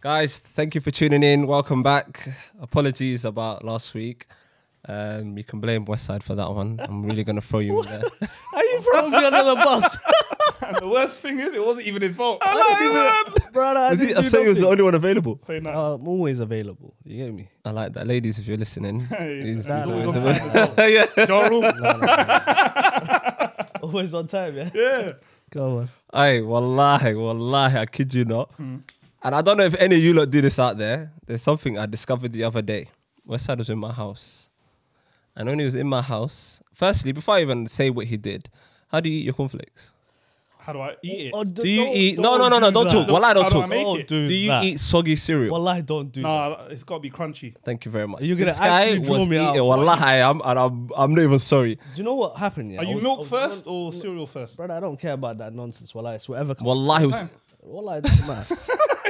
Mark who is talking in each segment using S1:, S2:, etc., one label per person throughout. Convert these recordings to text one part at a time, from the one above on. S1: Guys, thank you for tuning in. Welcome back. Apologies about last week. Um, you can blame Westside for that one. I'm really gonna throw you in there.
S2: Are you throwing me under the bus?
S3: And the worst thing is, it wasn't even his fault.
S2: Brother, I,
S4: Was he-
S2: didn't
S4: I
S2: do
S4: saw he was the
S2: nothing.
S4: only one available.
S3: So no.
S2: I'm always available. You get me?
S1: I like that, ladies. If you're listening, he's-
S3: Nah,
S1: he's
S3: nah,
S1: always
S3: nah.
S1: available.
S3: Ja Rule.
S2: Always on time, yeah?
S3: Yeah.
S2: Go on.
S1: Hey, wallahi, wallahi, I kid you not.
S3: Hmm.
S1: And I don't know if any of you lot do this out there. There's something I discovered the other day. Westside was in my house. And when he was in my house, firstly, before I even say what he did, how do you eat your cornflakes?
S3: How do I eat it?
S2: Oh,
S1: Do you eat- no, no, no, no, don't talk. Well, I don't
S3: How do I
S1: talk.
S3: make
S2: Don't
S3: it?
S2: do,
S1: Do you
S2: that.
S1: eat soggy cereal?
S2: Wallahi, don't do that.
S3: Nah, it's got to be crunchy.
S1: Thank you very much.
S2: You're gonna
S1: this guy
S2: actually draw
S1: was
S2: me out.
S1: eating, wallahi, I'm, and I'm, I'm not even sorry.
S2: Do you know what happened? Yeah?
S3: Are
S2: I
S3: you
S2: was- I
S3: milk
S2: was-
S3: first or cereal first?
S2: Brother, I don't care about that nonsense. Well, it's whatever comes.
S1: Wallahi, was,
S3: Time.
S2: Wallahi, it doesn't matter.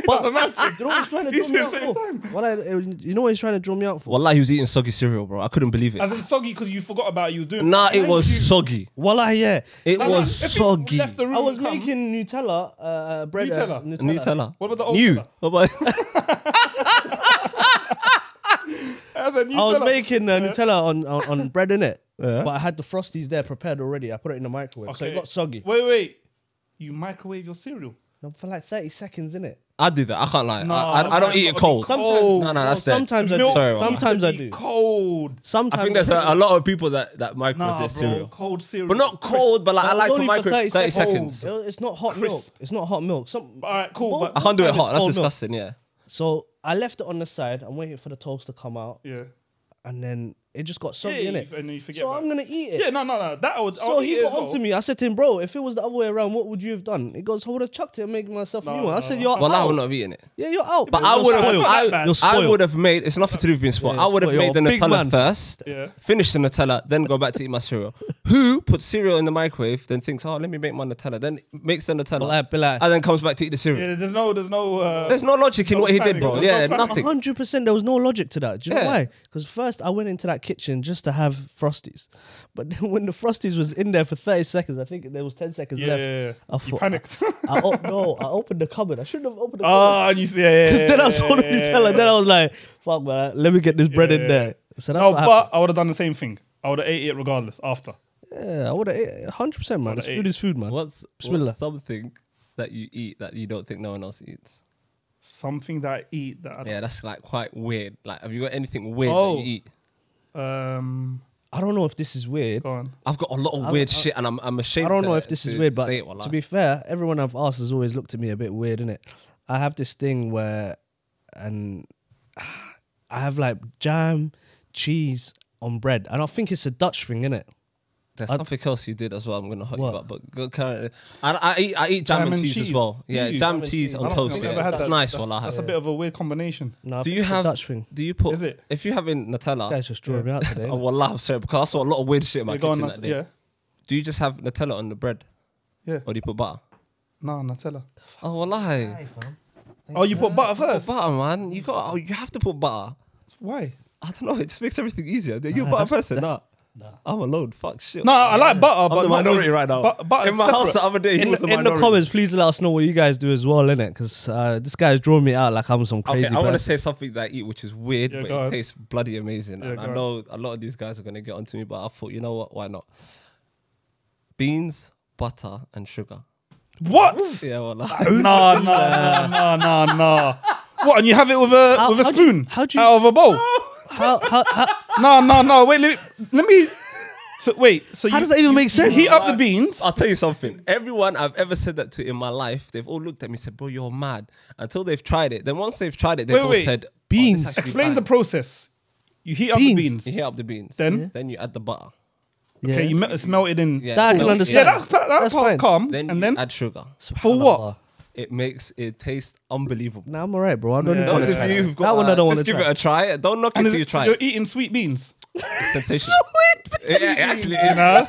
S2: but,
S3: doesn't matter.
S2: Do you know what he's trying to
S3: He
S2: draw me
S3: said
S2: out
S3: same
S2: for? Wallahi, you know what he's trying to draw me out for?
S1: wallahi, he was eating soggy cereal, bro. I couldn't believe it.
S3: As in soggy because you forgot about it, you were doing.
S1: Nah, it
S3: Thank
S1: was
S3: you.
S1: soggy.
S2: Wallahi, yeah.
S1: It
S3: Nah, nah,
S1: was
S3: if you
S1: soggy.
S3: Left the room
S2: I was
S3: and come,
S2: making Nutella, uh, uh, bread. Uh,
S3: Nutella?
S1: Nutella.
S3: What about the old
S1: New.
S3: fella?
S1: What about-
S3: As in, you
S2: I was
S3: tell her-
S2: making uh, Nutella on, on, on bread, innit? But I had the Frosties there prepared already. I put it in the microwave. So it
S3: Okay.
S2: got soggy.
S3: Wait, wait. You microwave your cereal.
S2: No, For like 30 seconds, innit?
S1: I do that. I can't lie.
S3: No,
S1: I, I, I don't
S3: okay,
S1: eat it
S3: okay.
S1: cold.
S3: Sometimes-
S1: no, no,
S2: Oh, no,
S1: that's dead.
S2: Sometimes I do.
S3: Milk-
S1: Sorry, Mama.
S2: sometimes I
S3: Be
S2: do.
S3: Cold.
S2: Sometimes
S1: I think there's
S2: do.
S1: a, a lot of people that that microwave
S3: Nah,
S1: their
S3: bro.
S1: cereal,
S3: Cold cereal.
S1: but not cold. But like I
S2: But
S1: like to
S2: only for
S1: microwave 30, seconds.
S2: It- It's not hot
S3: Crisp.
S2: milk. It's not hot milk. Some,
S3: All right, cool,
S2: Most-
S1: I
S3: but-
S1: can't do it
S2: sometimes
S1: hot.
S2: it's
S1: That's
S2: cold milk.
S1: disgusting. Yeah.
S2: So I left it on the side. I'm waiting for the toast to come out,
S3: Yeah.
S2: and then it just got soggy
S3: Yeah,
S2: in
S3: you-
S2: it.
S3: and then you forget
S2: So
S3: about
S2: I'm
S3: it.
S2: gonna eat it.
S3: Yeah, no, no, no. That I would.
S2: So he got onto me. I said to him, "Bro, if it was the other way around, what would you have done?" He goes, "I would have chucked it and made myself a
S3: No,
S2: new one." I
S3: no,
S2: said,
S3: no.
S2: "You're
S1: Well, I
S2: out.
S1: would not have eaten it.
S2: yeah, you're out."
S1: But I
S2: You're
S1: would have.
S3: spoiled.
S2: spoiled.
S3: Not
S1: I,
S3: bad. You're
S1: I
S2: spoiled.
S1: would have made. It's nothing to do with being spoiled.
S2: Yeah,
S1: I would have
S2: spoiled.
S1: made the
S2: You're a big
S1: Nutella
S2: man.
S1: first,
S3: Yeah.
S1: finish the Nutella, then go back to eat my cereal. Who puts cereal in the microwave, then thinks, "Oh, let me make my Nutella," then makes the Nutella,
S2: Well, I'd be like-
S1: and then comes back to eat the cereal.
S3: Yeah, there's no, there's no. Uh,
S1: There's no logic in
S3: No
S1: what he did,
S3: planning.
S1: bro.
S3: There's
S1: Yeah,
S3: no planning.
S1: nothing.
S2: Hundred percent. There was no logic to that. Do you
S1: Yeah.
S2: know why? Because first I went into that kitchen just to have frosties, but then when the frosties was in there for thirty seconds, I think there was ten seconds
S3: yeah,
S2: left.
S3: yeah, yeah.
S2: I
S3: you
S2: thought-
S3: panicked.
S2: I op- no, I opened the cupboard. I shouldn't have opened the cupboard.
S3: Ah, and you see, yeah, yeah,
S2: Because then I saw the
S3: yeah, yeah,
S2: Nutella.
S3: yeah.
S2: Then I was like, "Fuck, man, let me get this bread in
S3: Yeah.
S2: there." So that's
S3: No,
S2: what
S3: but I would have done the same thing. I would have ate it regardless after.
S2: happened. Yeah, I would have hundred percent, man. This
S3: ate.
S2: food is food, man.
S1: What's,
S2: Bismillah.
S1: what's something that you eat that you don't think no one else eats?
S3: Something that I eat that I
S1: Yeah, that's like quite weird. Like, have you got anything weird that
S3: Oh.
S1: you eat?
S3: Um,
S2: I don't know if this is weird.
S3: go on.
S1: I've got a lot of weird shit, and I'm, I'm ashamed.
S2: I don't
S1: to-
S2: know if this
S1: to
S2: is weird, but
S1: say it, wallah.
S2: to be fair, everyone I've asked has always looked at me a bit weird, innit? I have this thing where, and I have like jam, cheese on bread, and I think it's a Dutch thing, innit?
S1: there's
S2: I-
S1: something else you did as well. I'm gonna hurt
S2: What?
S1: you up, but go, can I, I, I eat I eat jam,
S3: Jam
S1: and,
S3: and
S1: cheese, as
S3: cheese.
S1: well.
S3: Do
S1: Yeah, jam,
S3: you? Jam
S1: cheese
S2: and cheese.
S1: on
S2: I don't
S1: toast.
S2: think
S1: Yeah,
S2: I've
S1: that's
S2: ever had that.
S1: nice.
S3: That's,
S1: Well,
S3: that's a bit of a weird combination.
S2: No, I
S1: Do
S2: think
S1: you
S2: it's a
S1: have
S2: Dutch thing?
S1: Do you put?
S3: Is it?
S1: If you having Nutella,
S2: This guy's just drawing me out today.
S1: oh,
S2: innit?
S1: wallah, I'm sorry because I saw a lot of weird shit in my
S3: Yeah, go on,
S1: kitchen that
S3: Nut-
S1: day.
S3: yeah,
S1: Do you just have Nutella on the bread,
S3: yeah.
S1: or do you put butter?
S3: No, Nutella.
S1: Oh, wallahi.
S2: Hey, fam.
S3: Oh, you put butter
S1: Put
S3: first.
S1: butter, man. You got. Oh, you have to put butter.
S3: Why?
S1: I don't know. It just makes everything easier. You're a butter
S2: Nah, that's-
S1: person, nah. I'm alone. Fuck shit.
S3: No, I like butter,
S1: I'm
S3: but
S1: the
S3: not
S1: minority
S3: with-
S1: right now.
S3: But, butter's
S1: in my house the
S3: separate.
S1: other day, he
S2: In,
S1: was
S2: the,
S1: the
S2: in the
S1: minority.
S2: comments, please let us know what you guys do as well, innit? Because uh, this guy's drawing me out like I'm some
S1: Okay,
S2: crazy
S1: I want to
S2: person.
S1: say something that I eat, which is weird,
S3: Yeah,
S1: but
S3: go
S1: it
S3: on.
S1: tastes bloody amazing.
S3: Yeah,
S1: and
S3: go
S1: I
S3: on.
S1: know a lot of these guys are gonna get onto me, but I thought, you know what? Why not? Beans, butter, and sugar.
S3: What?
S1: Yeah, well,
S3: Nah, nah, nah, nah, nah. What? And you have it with a
S2: How-
S3: with a
S2: how do you-
S3: spoon?
S2: how do you-
S3: Out of a bowl?
S2: How, how, how,
S3: No, no, no. Wait, let me. Let me so wait. So
S2: how
S3: you,
S2: does that even make sense?
S3: heat up the beans?
S1: I'll tell you something. Everyone I've ever said that to in my life, they've all looked at me and said, "Bro, you're mad." Until they've tried it. Then once they've tried it, they've
S3: Wait,
S1: all
S3: wait.
S1: said, "Oh, this
S2: Beans.
S1: actually
S3: Explain
S1: bang."
S3: the process. You heat up the
S2: Beans.
S3: beans.
S1: You heat up the beans.
S3: Then?
S1: then you add the butter.
S2: Yeah.
S3: Okay, you me- it's melted in.
S1: Yeah,
S2: That I
S1: it's
S2: can
S1: melted.
S2: understand.
S3: Yeah, that, that, that
S2: That's
S3: part's
S2: fine.
S3: calm.
S1: Then
S3: and
S1: you
S3: then
S1: add sugar.
S3: for what?
S1: It makes it taste unbelievable.
S2: Nah, I'm alright, bro. I don't
S3: Yeah.
S2: even
S3: Those
S2: want
S1: Those
S3: wanna
S2: to
S1: of
S2: try.
S1: you
S2: That,
S1: who've got
S2: that one I don't want to
S1: just give
S2: try.
S1: it a try. Don't knock it
S3: And is
S1: till you
S3: it, so
S1: try
S3: you're
S1: it.
S3: eating sweet beans.
S1: Sensational. It, it actually
S3: You
S1: is.
S3: know?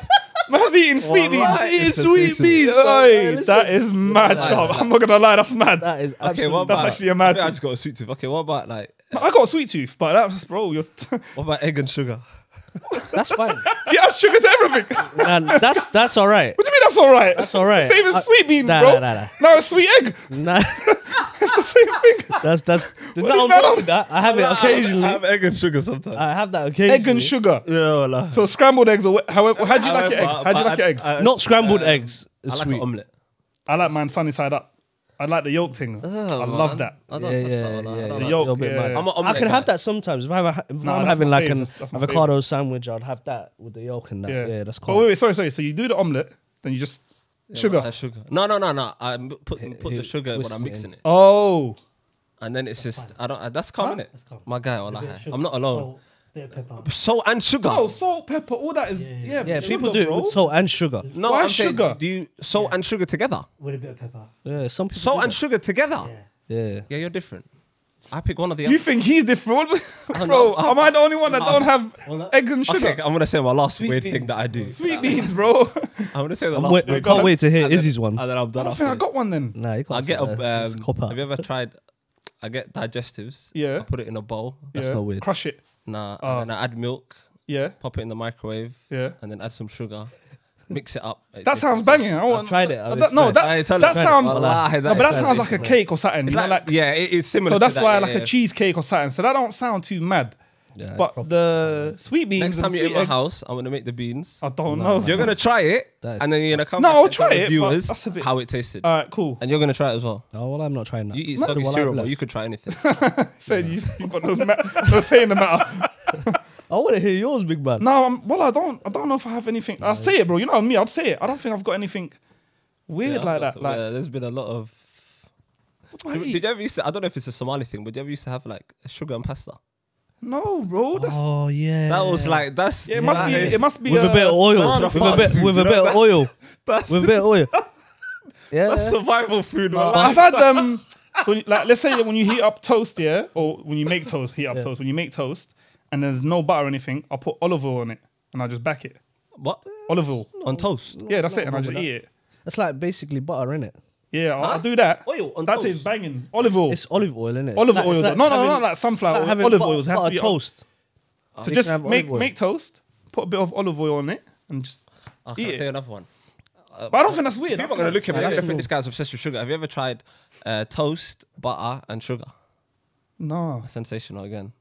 S3: Man's eating sweet beans.
S1: Why? It's
S3: sweet
S1: sensational.
S3: beans.
S2: bro.
S3: Oi,
S2: Listen.
S3: that is mad.
S1: That
S3: sharp.
S1: is-
S3: I'm not gonna lie, that's mad.
S2: That is
S1: Okay,
S2: absolutely-
S1: what about?
S3: That's actually a mad
S1: I, think I
S3: thing.
S1: just got a sweet tooth. Okay, what about like?
S3: I got a sweet tooth, but that's bro. You're t-
S1: What about egg and sugar?
S2: That's fine.
S3: you add sugar to everything. What
S2: Nah, that's that's all right.
S3: do you mean that's all right?
S2: That's all right.
S3: Same as
S2: I-
S3: sweet beans,
S2: nah,
S3: bro.
S2: nah, nah, nah.
S3: Now it's sweet egg.
S2: Nah, That's that's. There's nothing
S3: that
S2: wrong with that. I have it occasionally.
S1: I
S2: I have,
S1: have egg and sugar sometimes.
S2: that occasionally.
S3: Egg and sugar.
S1: yeah, wallah.
S3: So scrambled eggs or wh- however. How do you like your
S1: However,
S3: eggs? How do you
S1: but
S3: like your
S1: I-
S3: eggs?
S1: I-
S2: Not scrambled
S1: uh,
S2: eggs.
S1: I
S2: It's
S1: like
S2: sweet.
S1: an omelette.
S3: I like mine sunny side up. I like the yolk thing. I love that.
S1: Oh, I
S2: yeah,
S1: don't
S2: yeah,
S1: touch that
S2: yeah,
S1: one. I
S2: yeah,
S1: don't
S3: The
S1: like
S3: yolk,
S2: You're a bit
S3: yeah,
S2: mad.
S3: yeah.
S1: I'm a omelette
S2: I could have
S1: guy.
S2: that sometimes. If, I have a, if
S3: Nah,
S2: I'm
S3: that's
S2: having
S3: my
S2: like an
S3: favourite. That's my favourite.
S2: avocado sandwich, I'd have that with the yolk and that. Yeah, that's cool.
S3: But wait, wait, sorry, sorry. So you do the omelette, then you just
S1: Yeah,
S3: sugar.
S1: but I have sugar. No, no, no, no. I m- put put
S2: he
S1: the sugar when
S2: whisks
S1: I'm
S2: it
S1: mixing
S2: in.
S1: it,
S3: oh,
S1: and then it's just I don't. I, that's calm, innit?
S4: That's calm.
S1: My guy,
S4: A bit of
S1: wallah.
S4: sugar, Oh.
S1: I'm not alone.
S4: salt, Bit of pepper.
S1: Salt and sugar.
S3: oh, salt, pepper, all that is
S4: Yeah,
S3: yeah.
S4: yeah,
S2: yeah,
S3: sugar,
S2: people do it
S3: bro.
S2: with salt and sugar.
S1: no,
S3: why
S1: I'm saying,
S3: sugar?
S1: do you salt and sugar together?
S4: With a bit of pepper.
S2: Yeah, some people
S1: Salt
S2: do
S1: and
S2: that.
S1: sugar together.
S4: Yeah.
S1: Yeah.
S2: yeah.
S1: you're different. I pick one or the other.
S3: You think he's different, bro?
S1: no,
S3: am I the only one that don't have
S4: Well, uh,
S3: egg and sugar?
S1: okay, I'm gonna say my last weird
S4: beans.
S1: thing that I do.
S3: Sweet beans, bro.
S1: I'm gonna say the
S2: I'm
S1: last
S2: wait,
S1: weird
S2: I can't wait to hear Izzy's
S1: and
S2: ones.
S1: then I'm
S3: I
S1: done.
S3: don't think I
S1: After this.
S3: got one then.
S2: Nah, you can't.
S1: I get
S2: say that.
S1: a.
S2: It's
S1: Um,
S2: cop out.
S1: have you ever tried? I get digestives.
S3: Yeah.
S1: I put it in a bowl.
S2: That's
S3: yeah.
S2: not weird.
S3: Crush it.
S1: Nah,
S3: Oh.
S1: and then I add milk.
S3: Yeah,
S1: pop it in the microwave,
S3: yeah.
S1: and then add some sugar, mix it up. It
S3: That
S1: just-
S3: sounds banging. I want.
S2: tried it.
S3: Uh,
S2: It's
S3: that- no,
S2: nice.
S3: that,
S1: I tell
S3: that
S1: you,
S3: sounds.
S1: Allah,
S3: no, but that
S1: is
S3: sounds like a
S1: sensational.
S3: cake or something.
S1: It's
S3: you know,
S1: like,
S3: like-
S1: yeah, it- it's similar.
S3: so
S1: to
S3: that's
S1: that,
S3: why I
S1: yeah,
S3: like
S1: yeah.
S3: a cheesecake or something. So that don't sound too mad.
S2: Yeah,
S3: but the sweet beans.
S1: Next
S3: and
S1: time you're in
S3: sweet
S1: my
S3: egg-
S1: house, I'm gonna make the beans.
S3: I don't know.
S1: You're gonna try it,
S2: That is
S1: and then you're gonna come.
S3: No,
S1: back
S3: I'll
S1: and tell
S3: try
S1: the
S3: it, but
S1: Viewers,
S3: that's a bit- Uh,
S1: how it tasted,
S3: All right, cool.
S1: and you're gonna try it as well.
S2: Oh well, I'm not trying that.
S1: You eat
S2: So
S1: soggy
S2: well, I've
S1: cereal, but
S2: left.
S1: you could try anything.
S3: So you, you've got no, ma- no say in the matter.
S2: I want to hear yours, big man.
S3: No, I'm, well, I don't. I don't know if I have anything. I'll say it, bro. You know me. I'll say it. I don't think I've got anything
S1: Yeah,
S3: weird
S1: I've got
S3: like that.
S1: some-
S3: Like,
S1: yeah, there's been a lot of.
S3: what do I
S1: Did,
S3: eat?
S1: did you ever used to? I don't know if it's a Somali thing, but did you ever used to have like sugar and pasta?
S3: no, bro. That's,
S2: Oh yeah.
S1: That was like that's.
S3: yeah, it must be. It must be
S2: with a bit of oil.
S1: Nah,
S2: With a
S1: nah,
S2: bit.
S1: nah.
S2: With a bit of oil.
S1: That's,
S2: With a bit of oil.
S1: that's
S2: Yeah.
S1: survival food.
S3: Uh,
S1: wallah.
S3: I've had um, so when- like let's say when you heat up toast, yeah, or when you make toast, heat up
S2: Yeah.
S3: toast. When you make toast, and there's no butter or anything, I'll put olive oil on it, and I just back it.
S1: What
S3: Olive oil.
S1: on toast?
S3: Yeah, that's
S2: not
S3: it, and I
S2: wrong
S3: just
S2: with
S3: eat it.
S2: That's like basically butter, innit?
S3: Yeah, I'll,
S1: Huh?
S3: I'll do that.
S1: Oil on
S3: that
S1: toast?
S3: tastes banging. Olive oil.
S2: It's olive oil, innit?
S3: Oh. Olive
S2: It's like-
S3: oil,
S2: it's
S3: though.
S2: like
S3: No, no, no,
S2: having-
S3: not like sunflower oil. Olive oil. It has to
S2: butter
S3: be
S2: toast.
S3: So
S2: You
S3: just
S2: can have
S3: make
S2: olive oil.
S3: make toast, put a bit of olive oil on it, and just.
S1: I can
S3: Eat it.
S1: tell you another one.
S3: But I don't think that's weird.
S1: Uh, People are going to look at me. They're
S2: Yeah,
S1: going
S2: that's
S1: to think
S2: normal.
S1: this guy's obsessed with sugar. Have you ever tried uh, toast, butter, and sugar?
S3: No.
S1: Sensational again.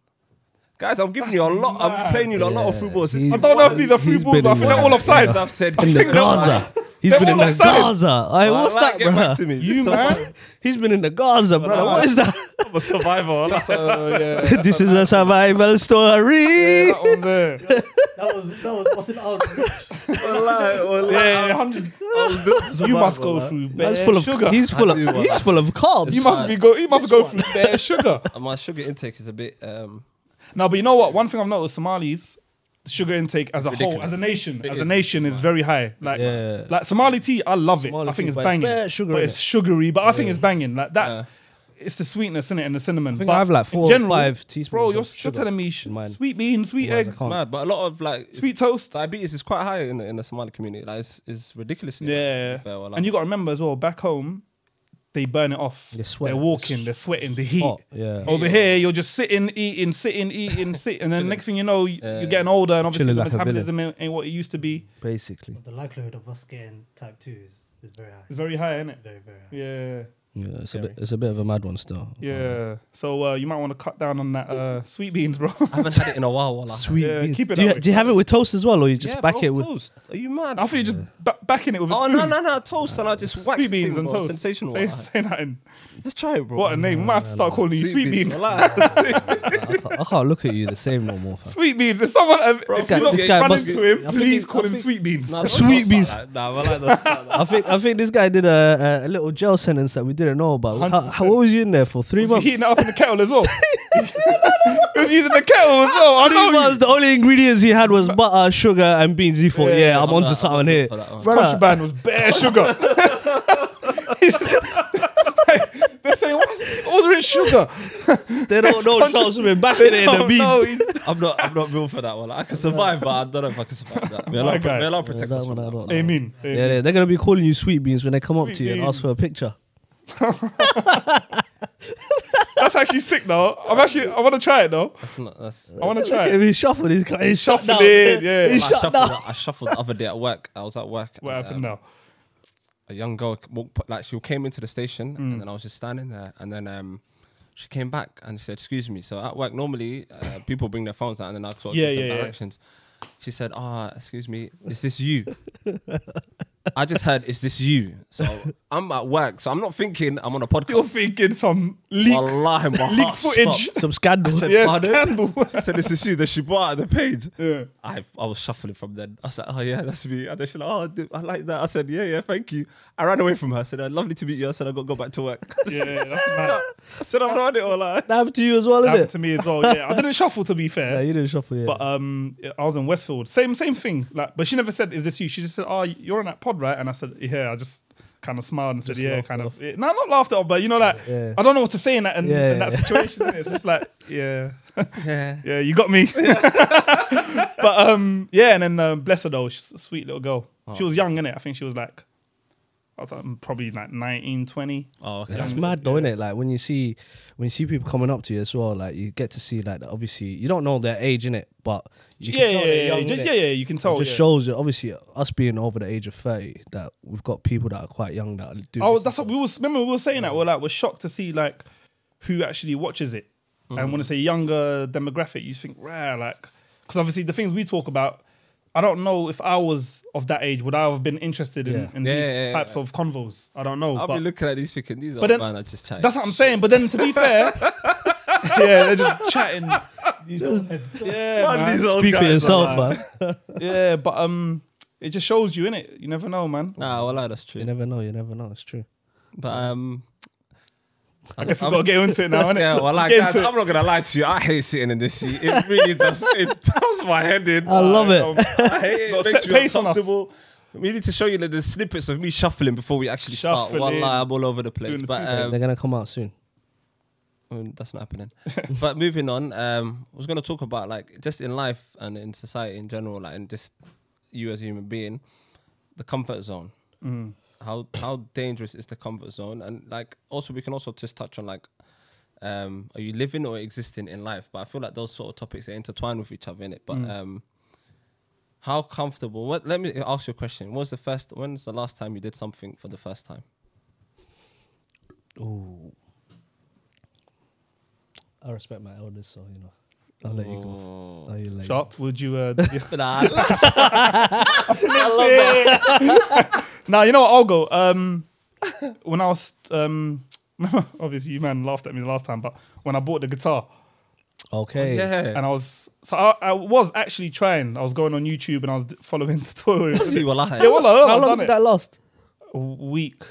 S1: Guys, I'm giving you a lot. I'm playing you a lot of
S2: Yeah,
S1: football.
S2: he's-
S3: I don't know if these are free
S2: He's
S3: balls,
S2: been
S3: but I
S2: in
S3: think they're
S2: the-
S3: all offside.
S1: I've said.
S2: In the Gaza. He's
S3: They're
S2: been in
S3: all
S2: the
S3: offside.
S2: Gaza. Hey, what's
S1: Like,
S2: that,
S1: get back
S2: bro?
S1: to me.
S3: You,
S1: So-
S3: man.
S2: He's been in the Gaza, brother. What is that?
S1: I'm a survivor.
S3: Oh, yeah.
S2: this is a survival
S3: Yeah,
S2: story.
S3: that one there. Yeah,
S4: That was that was what's an old
S3: yeah, yeah, 100. You must go through
S2: He's
S3: bare
S2: full of
S3: sugar.
S2: he's full of he's full of carbs.
S3: You must be go. You must go through bare sugar.
S1: My sugar intake is a bit. Um,
S3: No, but you know what? One thing I've noticed: Somalis sugar intake as a whole,
S1: Ridiculous.
S3: as a nation, as a
S1: is.
S3: nation, is very high. Like,
S2: Yeah.
S3: like Somali tea, I love it.
S2: Somali
S3: I think
S2: tea,
S3: it's
S2: but it's
S3: banging,
S2: bare sugar
S3: but
S2: in
S3: it's
S2: it.
S3: sugary. But I think it's banging. Like that,
S1: Yeah.
S3: it's the sweetness in it and the cinnamon.
S2: think
S3: but
S2: I have like
S3: in
S2: four or
S3: general,
S2: five teaspoons
S3: Bro,
S2: of
S3: you're, you're
S2: sugar
S3: telling me sh-
S2: in mine.
S3: sweet beans, sweet
S2: Otherwise I
S3: egg,
S2: can't.
S1: mad, but a lot of like
S3: sweet toast.
S1: diabetes is quite high in the, in the Somali community. Like, it's, it's ridiculously. high, to
S3: Yeah,
S1: be fair, wallah.
S3: and you got to remember as well. Back home, they burn it off.
S2: They sweat.
S3: They're walking. They're sweating. The heat.
S2: hot, yeah.
S3: Over here, you're just sitting, eating, sitting, eating, sitting, and then next thing you know, y-
S1: Yeah.
S3: you're getting older, and obviously
S2: Chilling
S3: the
S2: like a
S3: metabolism ain't, ain't what it used to be.
S2: Basically.
S4: The likelihood of us getting type two is, is very high.
S3: It's very high, isn't it?
S4: Very very high.
S3: Yeah,
S2: Yeah, it's a
S1: Scary.
S2: bit it's a bit of a mad one still.
S3: yeah. So uh, you might want to cut down on that uh, sweet beans, bro.
S1: I haven't had it in a while. Wallah.
S2: Sweet.
S3: Yeah,
S2: beans.
S3: keep it
S2: do, you,
S3: that way.
S2: do you have it with toast as well, or you just
S1: Yeah,
S2: back
S1: bro,
S2: it with?
S1: toast. Are you mad?
S3: I feel you just ba- backing it with a
S1: Oh
S3: spoon.
S1: no no no! Toast and I just wax
S3: sweet beans
S1: thing,
S3: and
S1: bro.
S3: toast.
S1: Sensational.
S3: Say,
S1: wallah.
S3: say nothing.
S1: Just try it, bro.
S3: What a name. We might have to start calling you sweet, beans.
S1: Wallah.
S2: I, can't, I can't look at you the same no more. Fam.
S3: Sweet beans. If someone um,
S1: Bro,
S3: if
S1: this
S3: you lot
S1: guy- this
S2: guy
S3: run
S2: must-
S3: into him,
S1: I think
S3: please
S1: he-
S3: call
S1: I
S3: him
S1: think-
S3: sweet beans.
S1: Nah, don't
S2: Sweet
S1: start
S2: beans.
S1: that. Nah, wallah, don't start that.
S2: I think I think this guy did a, a little jail sentence that we didn't know about. How, how, what was you in there for? Three
S3: You're
S2: months.
S3: heating it up in the kettle as well. he was using the kettle as well. I
S2: Three
S3: know
S2: months.
S3: you.
S2: The only ingredients he had was butter, sugar, and beans. He thought,
S3: Yeah,
S2: yeah,
S3: I'm
S2: I'm,
S1: not-
S2: onto
S1: I'm
S2: something
S1: not
S2: here.
S1: for that one.
S2: Brother,
S3: Contraband was bare sugar. He's- They're saying, what's all in sugar?
S2: they don't know Charles been back in there in the beef.
S3: No, he's
S1: I'm not. I'm not built for that one. I can survive, but I don't know if I can survive that. May Allah,
S3: My
S1: pro-
S3: guy.
S1: may Allah
S2: Yeah,
S1: protect
S2: that
S1: us. From
S2: one I
S1: that.
S2: don't know.
S3: Amen.
S2: Yeah,
S3: Amen.
S2: yeah, they're gonna be calling you sweet beans when they come up
S3: Sweet
S2: to you and ask for a
S3: beans.
S2: picture.
S3: That's actually sick though. I'm actually I wanna try it though.
S1: That's not. That's.
S3: I wanna try
S2: If
S3: it.
S2: he shuffled, he's, he's shut
S3: Shuffle
S2: down.
S3: it, yeah.
S2: He's
S1: I
S2: shut
S1: shuffled,
S2: down.
S1: the- I shuffled the other day at work. I was at work.
S3: What
S1: and,
S3: happened
S1: um,
S3: now? Mm.
S1: A young girl walked, p- like she came into the station, and then I was just standing there, and then um, She came back and she said, "Excuse me." So at work, normally uh, people bring their phones out and then I sort of
S3: Yeah,
S1: give them
S3: yeah, yeah.
S1: directions. She said, "Ah, excuse me, is this you?" I just heard, "Is this you?" So I'm at work, so I'm not thinking I'm on a
S3: You're
S1: podcast.
S3: thinking some leak,
S1: Wallahi, my
S3: leak
S1: heart
S3: footage.
S1: stopped.
S2: Some scandal.
S3: Yeah,
S1: Pardon?
S3: scandal.
S1: She said, "This is you." Then she brought out the page.
S3: yeah.
S1: I, I was shuffling from then. I was like, oh yeah, that's me. And then she's like, oh, dude, I like that. I said, yeah, yeah, thank you. I ran away from her. I said, "Uh, lovely to meet you. I said, I got to go back to work.
S3: Yeah, that's mad.
S1: I said, I'm not on it all. Like.
S2: That happened to you as well,
S3: That happened
S2: innit?
S3: to me as well. Yeah, I didn't shuffle to be fair.
S2: Yeah, you didn't shuffle, yeah.
S3: But um, I was in Westfield. Same same thing. Like, but she never said, "Is this you?" She just said, "Oh, you're on that pod, right?" And I said, "Yeah." I just kind of smiled and said,
S2: Just
S3: "Yeah."
S2: laughed
S3: Kind
S2: it
S3: of. Yeah. No, not laughed it off, but you know, like
S2: Yeah.
S3: I don't know what to say in that in,
S2: Yeah,
S3: in that
S2: yeah.
S3: situation. innit? It's just like, yeah,
S1: Yeah.
S3: yeah, you got me. but um, yeah, and then uh, bless her though, she's a sweet little girl.
S2: Oh.
S3: She was young, innit? I think she was like, I was um, probably like 19, 20.
S1: Oh, okay.
S2: That's
S3: Yeah.
S2: mad though, innit? Like when you see when you see people coming up to you as well, like you get to see like obviously you don't know their age, innit? But you
S3: yeah,
S2: can
S3: yeah,
S2: tell
S3: yeah,
S2: they're young,
S3: yeah, just,
S2: innit?
S3: yeah, yeah. You can
S2: It
S3: tell.
S2: just
S3: yeah.
S2: shows you obviously us being over the age of thirty that we've got people that are quite young that do.
S3: Oh,
S2: listen
S3: that's
S2: to
S3: what we was. Remember, we were saying that we're like we're shocked to see like who actually watches it, and
S1: Mm-hmm.
S3: when it's a younger demographic, you just think rare, like because obviously the things we talk about. I don't know if I was of that age, would I have been interested in,
S2: Yeah.
S3: in
S1: Yeah,
S3: these
S1: yeah, yeah,
S3: types
S1: yeah.
S3: of convos? I don't know.
S1: I'll
S3: but
S1: be looking at these thinking, these are
S3: then-
S1: man, I just chatted.
S3: that's what I'm saying. But then to be fair, yeah, they're just chatting. yeah,
S1: Man,
S3: man.
S1: these old
S2: Speak for
S1: guys are
S2: yourself,
S1: like-
S2: man.
S3: yeah, but um, it just shows you in it. You never know, man.
S1: Nah, well, that's true.
S2: You never know. You never know. It's true.
S1: But um,
S3: I guess we've got to get into it now, innit?
S1: yeah, well, like,
S3: Get
S1: guys,
S3: into it.
S1: I'm not gonna lie to you. I hate sitting in this seat. It really does. It does my head in. um,
S2: I love it.
S1: I hate it. it
S3: Got a
S1: makes
S3: set
S1: me
S3: pace on us.
S1: uncomfortable. We need to show you the, the snippets of me shuffling before we actually
S3: Shuffling.
S1: start. Wallah, I'm all over the place.
S3: Doing the
S1: but
S3: two-step.
S1: um,
S2: They're gonna come out soon.
S1: Um, that's not happening. but moving on, um, I was going to talk about like just in life and in society in general, like and just you as a human being, the comfort zone.
S3: Mm.
S1: How how dangerous is the comfort zone? And like also we can also just touch on like, um, are you living or existing in life? But I feel like those sort of topics are intertwined with each other in it. But
S3: Mm.
S1: um, how comfortable? What? Let me ask you a question. What was the first? When's the last time you did something for the first time?
S2: Ooh. I respect my elders, so you know. I'll let you go.
S1: Oh.
S2: I'll you let you go.
S3: Sharp, would you? Uh,
S1: Nah, I laugh.
S3: now you know what I'll go. Um, when I was um, obviously you man laughed at me the last time, but when I bought the guitar
S2: Okay.
S1: yeah.
S3: and I was so I, I was actually trying. I was going on YouTube and I was d- following tutorials.
S1: You were lying.
S3: yeah, well, I,
S2: How
S3: I've
S2: long
S3: done
S2: did
S3: it
S2: that last?
S3: a week,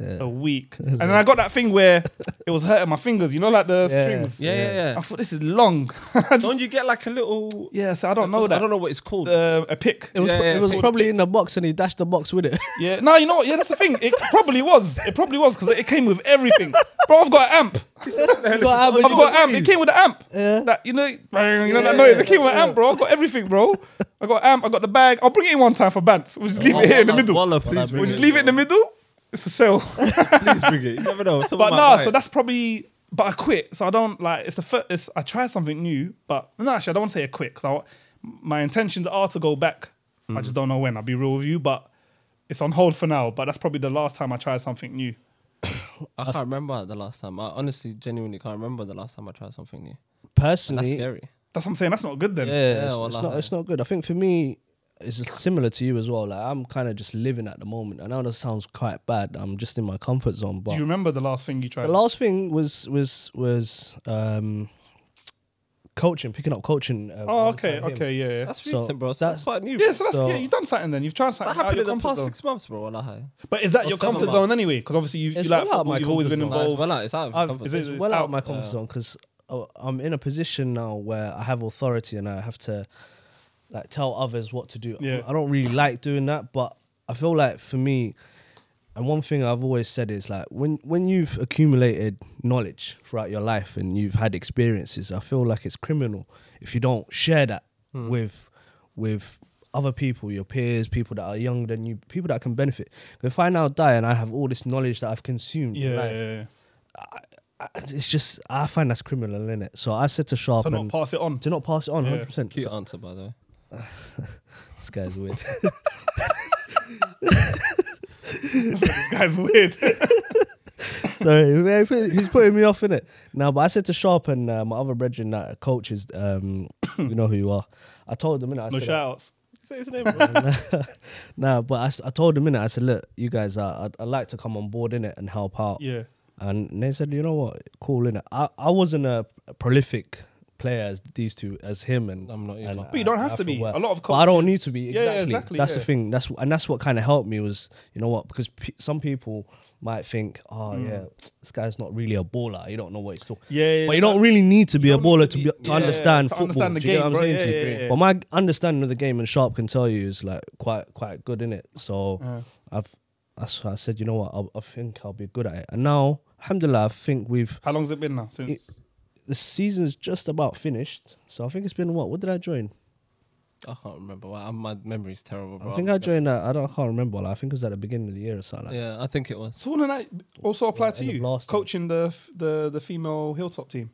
S2: Yeah.
S3: a week, and then I got that thing where it was hurting my fingers. You know, like the
S2: Yeah.
S3: strings.
S1: Yeah, yeah, yeah.
S3: I thought this is long. I just-
S1: Don't you get like a little?
S3: Oh, yeah, so I don't know that.
S1: I don't know what it's called.
S3: Uh, a pick.
S2: It was,
S1: Yeah, yeah,
S2: it was
S1: it's-
S2: probably in the box and he dashed the box with it.
S3: Yeah, no, you know what? Yeah, that's the thing. It probably was. It probably was because it came with everything. Bro, I've got an amp.
S2: You um, got
S3: I've
S2: Aberdeen.
S3: got an amp. It came with an amp.
S2: Yeah.
S3: That you know, bang, you know that noise. It came with an amp, bro. I've got everything, bro. I got an amp. I got the bag. I'll bring it in one time for bands. We'll just leave it here in the middle.
S1: Oh, Wallah,
S2: Wallah,
S1: please,
S3: We'll
S1: bring
S3: just
S1: it.
S3: leave it in the middle. It's for sale.
S1: Please bring it. You never know.
S3: But
S1: Someone might
S3: nah,
S1: buy
S3: so
S1: it.
S3: that's probably. But I quit. So I don't like. It's the first. It's, I tried something new, but no, actually, I don't want to say I quit because my intentions are to go back. I just don't know when. I'll be real with you, but it's on hold for now. But that's probably the last time I tried something new.
S1: I can't remember the last time. I honestly, genuinely can't remember the last time I tried something new. That's
S2: Personally, yeah,
S1: scary.
S3: That's what I'm saying. That's not good then.
S2: it's,
S1: Yeah,
S2: it's
S1: wallah.
S2: not it's not good. I think for me, it's similar to you as well. Like I'm kind of just living at the moment. I know that sounds quite bad. I'm just in my comfort zone,
S3: Do
S2: but
S3: you remember the last thing you tried?
S2: the last thing was was was um coaching, picking up coaching. Uh,
S3: oh,
S2: alongside
S3: okay,
S2: him.
S3: okay, yeah, yeah.
S1: That's
S2: So
S1: recent, bro. So
S2: that's-
S1: that's quite new.
S3: yeah,
S1: bro.
S3: so that's
S2: So-
S3: yeah, you've done something then. You've tried something
S1: that
S3: out
S1: happened in
S3: of your
S1: the
S3: comfort
S1: past
S3: zone.
S1: six months, bro. Wallahi.
S3: But is that
S1: or
S3: your
S1: seven
S3: comfort
S1: months.
S3: zone anyway? Because obviously you, you
S2: It's
S3: like
S2: well out of
S3: football,
S2: my
S3: you've always
S2: comfort
S3: been
S2: zone.
S1: Nah, it's
S3: involved.
S1: well out. It's out. Of
S2: I've-
S1: comfort
S3: is it-
S1: zone.
S2: it's well out of my
S3: out.
S2: comfort
S1: Yeah.
S2: zone because I'm in a position now where I have authority and I have to like tell others what to do.
S3: Yeah.
S2: I don't really like doing that, but I feel like for me, and one thing I've always said is like when when you've accumulated knowledge throughout your life and you've had experiences, I feel like it's criminal if you don't share that with with other people, your peers, people that are younger than you, people that can benefit. If I now die and I have all this knowledge that I've consumed,
S3: Yeah,
S2: like,
S3: yeah, yeah.
S2: I- it's just I find that's criminal, isn't it? So I said to Sharp
S3: To
S2: and
S3: not pass it on.
S2: to not pass it on,
S3: Yeah.
S2: hundred percent.
S1: Cute answer, by the way.
S2: This guy's weird.
S3: this guy's weird.
S2: Sorry, yeah, he put- he's putting me off in it. Now, but I said to Sharp and uh, my other brethren that are coaches, um, you know who you are. I told them, innit? I
S3: No
S2: said,
S3: shout outs.
S1: Say his name. bro.
S2: Nah, but I s- I, told them, innit? I said, look, you guys, uh, I'd, I'd like to come on board, innit, and help out.
S3: Yeah.
S2: And they said, you know what? Cool, innit? I, I wasn't a prolific player as these two, as him and
S1: I'm not
S2: and
S1: either.
S3: But you don't have to
S2: Afro
S3: be.
S2: were.
S3: A lot of
S2: But I don't need to be.
S3: Yeah,
S2: Exactly.
S3: yeah, exactly,
S2: That's
S3: yeah.
S2: the thing. That's and that's what kind of helped me was you know what because p- some people might think, oh yeah, this guy's not really a baller. You don't know what he's talking.
S3: Hmm. Yeah, yeah,
S2: but you
S3: that-
S2: don't really need to be a
S3: don't need
S2: baller
S3: to
S2: to
S3: be-
S2: be, to
S3: yeah,
S2: understand
S3: to
S2: football.
S3: understand the
S2: Do you get
S3: game,
S2: what
S3: bro.
S2: I'm saying
S3: Yeah,
S2: to you?
S3: yeah, yeah.
S2: But my understanding of the game and Sharp can tell you is like quite quite good in it. So
S3: Uh-huh.
S2: I've that's why I said you know what I, I think I'll be good at it. And now, alhamdulillah, I think we've
S3: How long's it been now? Since
S2: It- the season's just about finished. So I think it's been what? What did I join?
S1: I can't remember. Well, my memory's terrible, bro.
S2: I think I joined that. I don't. I can't remember. Like, I think it was at the beginning of the year or something. Like
S1: Yeah, I think it was.
S3: so wouldn't that also apply
S2: Like,
S3: to
S2: end of
S3: you?
S2: last time.
S3: Coaching the f- the the female hilltop team.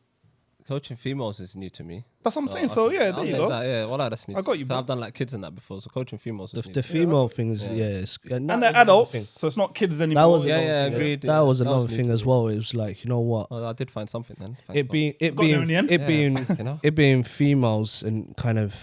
S1: Coaching females is new to me.
S3: That's
S2: Oh,
S3: what I'm saying. So yeah, there
S1: I'll
S3: you
S1: take
S3: go.
S1: That, yeah, well, that's new.
S3: I
S1: to
S3: got
S1: me.
S3: you,
S1: But
S3: bro.
S1: I've done like kids and that before, so coaching females
S2: that.
S1: is
S2: The,
S1: new.
S2: the
S1: to me.
S2: female thing is yeah. it's, that
S3: And they're
S2: was another
S3: adults,
S2: thing.
S3: so it's not kids anymore.
S2: That was
S1: Yeah,
S2: another
S1: yeah,
S2: thing.
S1: agreed, yeah.
S2: That was
S1: That was
S2: another
S1: new
S2: thing
S1: to
S2: as
S1: me.
S2: well. It was like you know what?
S1: Well, I did find something then. thank
S2: it
S1: God.
S2: being it
S3: Got there in
S2: being
S3: the end.
S2: it
S1: Yeah,
S2: being
S1: you know?
S2: it being females and kind of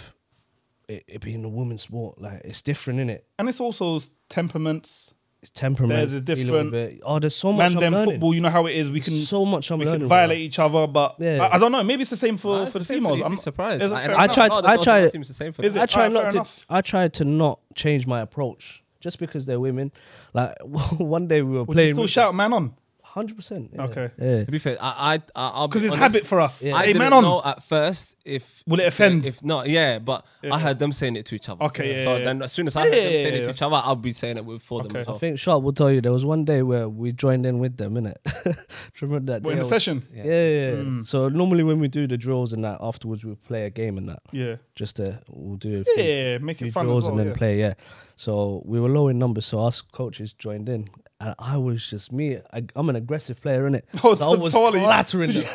S2: it, it being a women's sport. Like it's different in it.
S3: and it's also s- temperaments.
S2: Temperament.
S3: There's a
S2: dealing
S3: different
S2: with it. Oh, there's so much.
S3: Man,
S2: I'm
S3: them
S2: learning.
S3: football. You know how it is. We can
S2: so much. I'm
S3: we
S2: learning.
S3: can
S2: bro.
S3: violate each other, but
S2: Yeah.
S3: I, I don't know. Maybe it's the same for,
S1: Nah, it's
S3: for the
S1: same
S3: females.
S1: you'd be
S3: I'm
S1: surprised.
S3: Is it
S1: And
S3: fair
S1: I
S3: enough?
S1: tried.
S2: No, the
S1: I
S2: girls
S1: tried.
S2: and
S1: Seems the same for
S3: Is
S1: them.
S2: I
S3: it?
S2: try
S3: Alright, fair
S2: not to.
S3: enough.
S2: I try to not change my approach just because they're women. Like one day we were
S3: Would you
S2: playing.
S3: still shout man on?
S2: Hundred percent.
S3: Okay.
S2: Yeah.
S1: To be fair, I, I, I I'll be
S3: Because it's
S1: honest,
S3: habit for us.
S1: I
S3: Hey,
S1: didn't
S3: man on.
S1: know at first if
S3: Will it offend?
S1: If not, yeah, but
S3: Yeah.
S1: I heard them saying it to each other.
S3: Okay, yeah,
S1: so
S3: yeah,
S1: then as soon as I
S3: Yeah,
S1: heard them
S3: yeah,
S1: saying
S3: yeah,
S1: it
S3: yeah.
S1: to each other, I'll be saying it with for them
S3: Okay.
S1: as
S2: I
S1: well.
S2: think Sharp will tell you there was one day where we joined in with them, innit? Do you remember that?
S3: What, in
S2: day
S3: the
S2: I was-
S3: session? Hmm.
S2: Yeah, yeah. yeah. So normally when we do the drills and that, afterwards we play a game and that.
S3: Yeah.
S2: Just to we'll do a
S3: Yeah,
S2: few,
S3: yeah, yeah, make it
S2: few
S3: fun as
S2: drills
S3: well,
S2: and then
S3: yeah.
S2: play. Yeah. So we were low in numbers, so us coaches joined in, and I was just me. I, I'm an aggressive player, innit?
S3: Oh,
S2: so I
S3: so
S2: was
S3: totally.
S2: clattering them.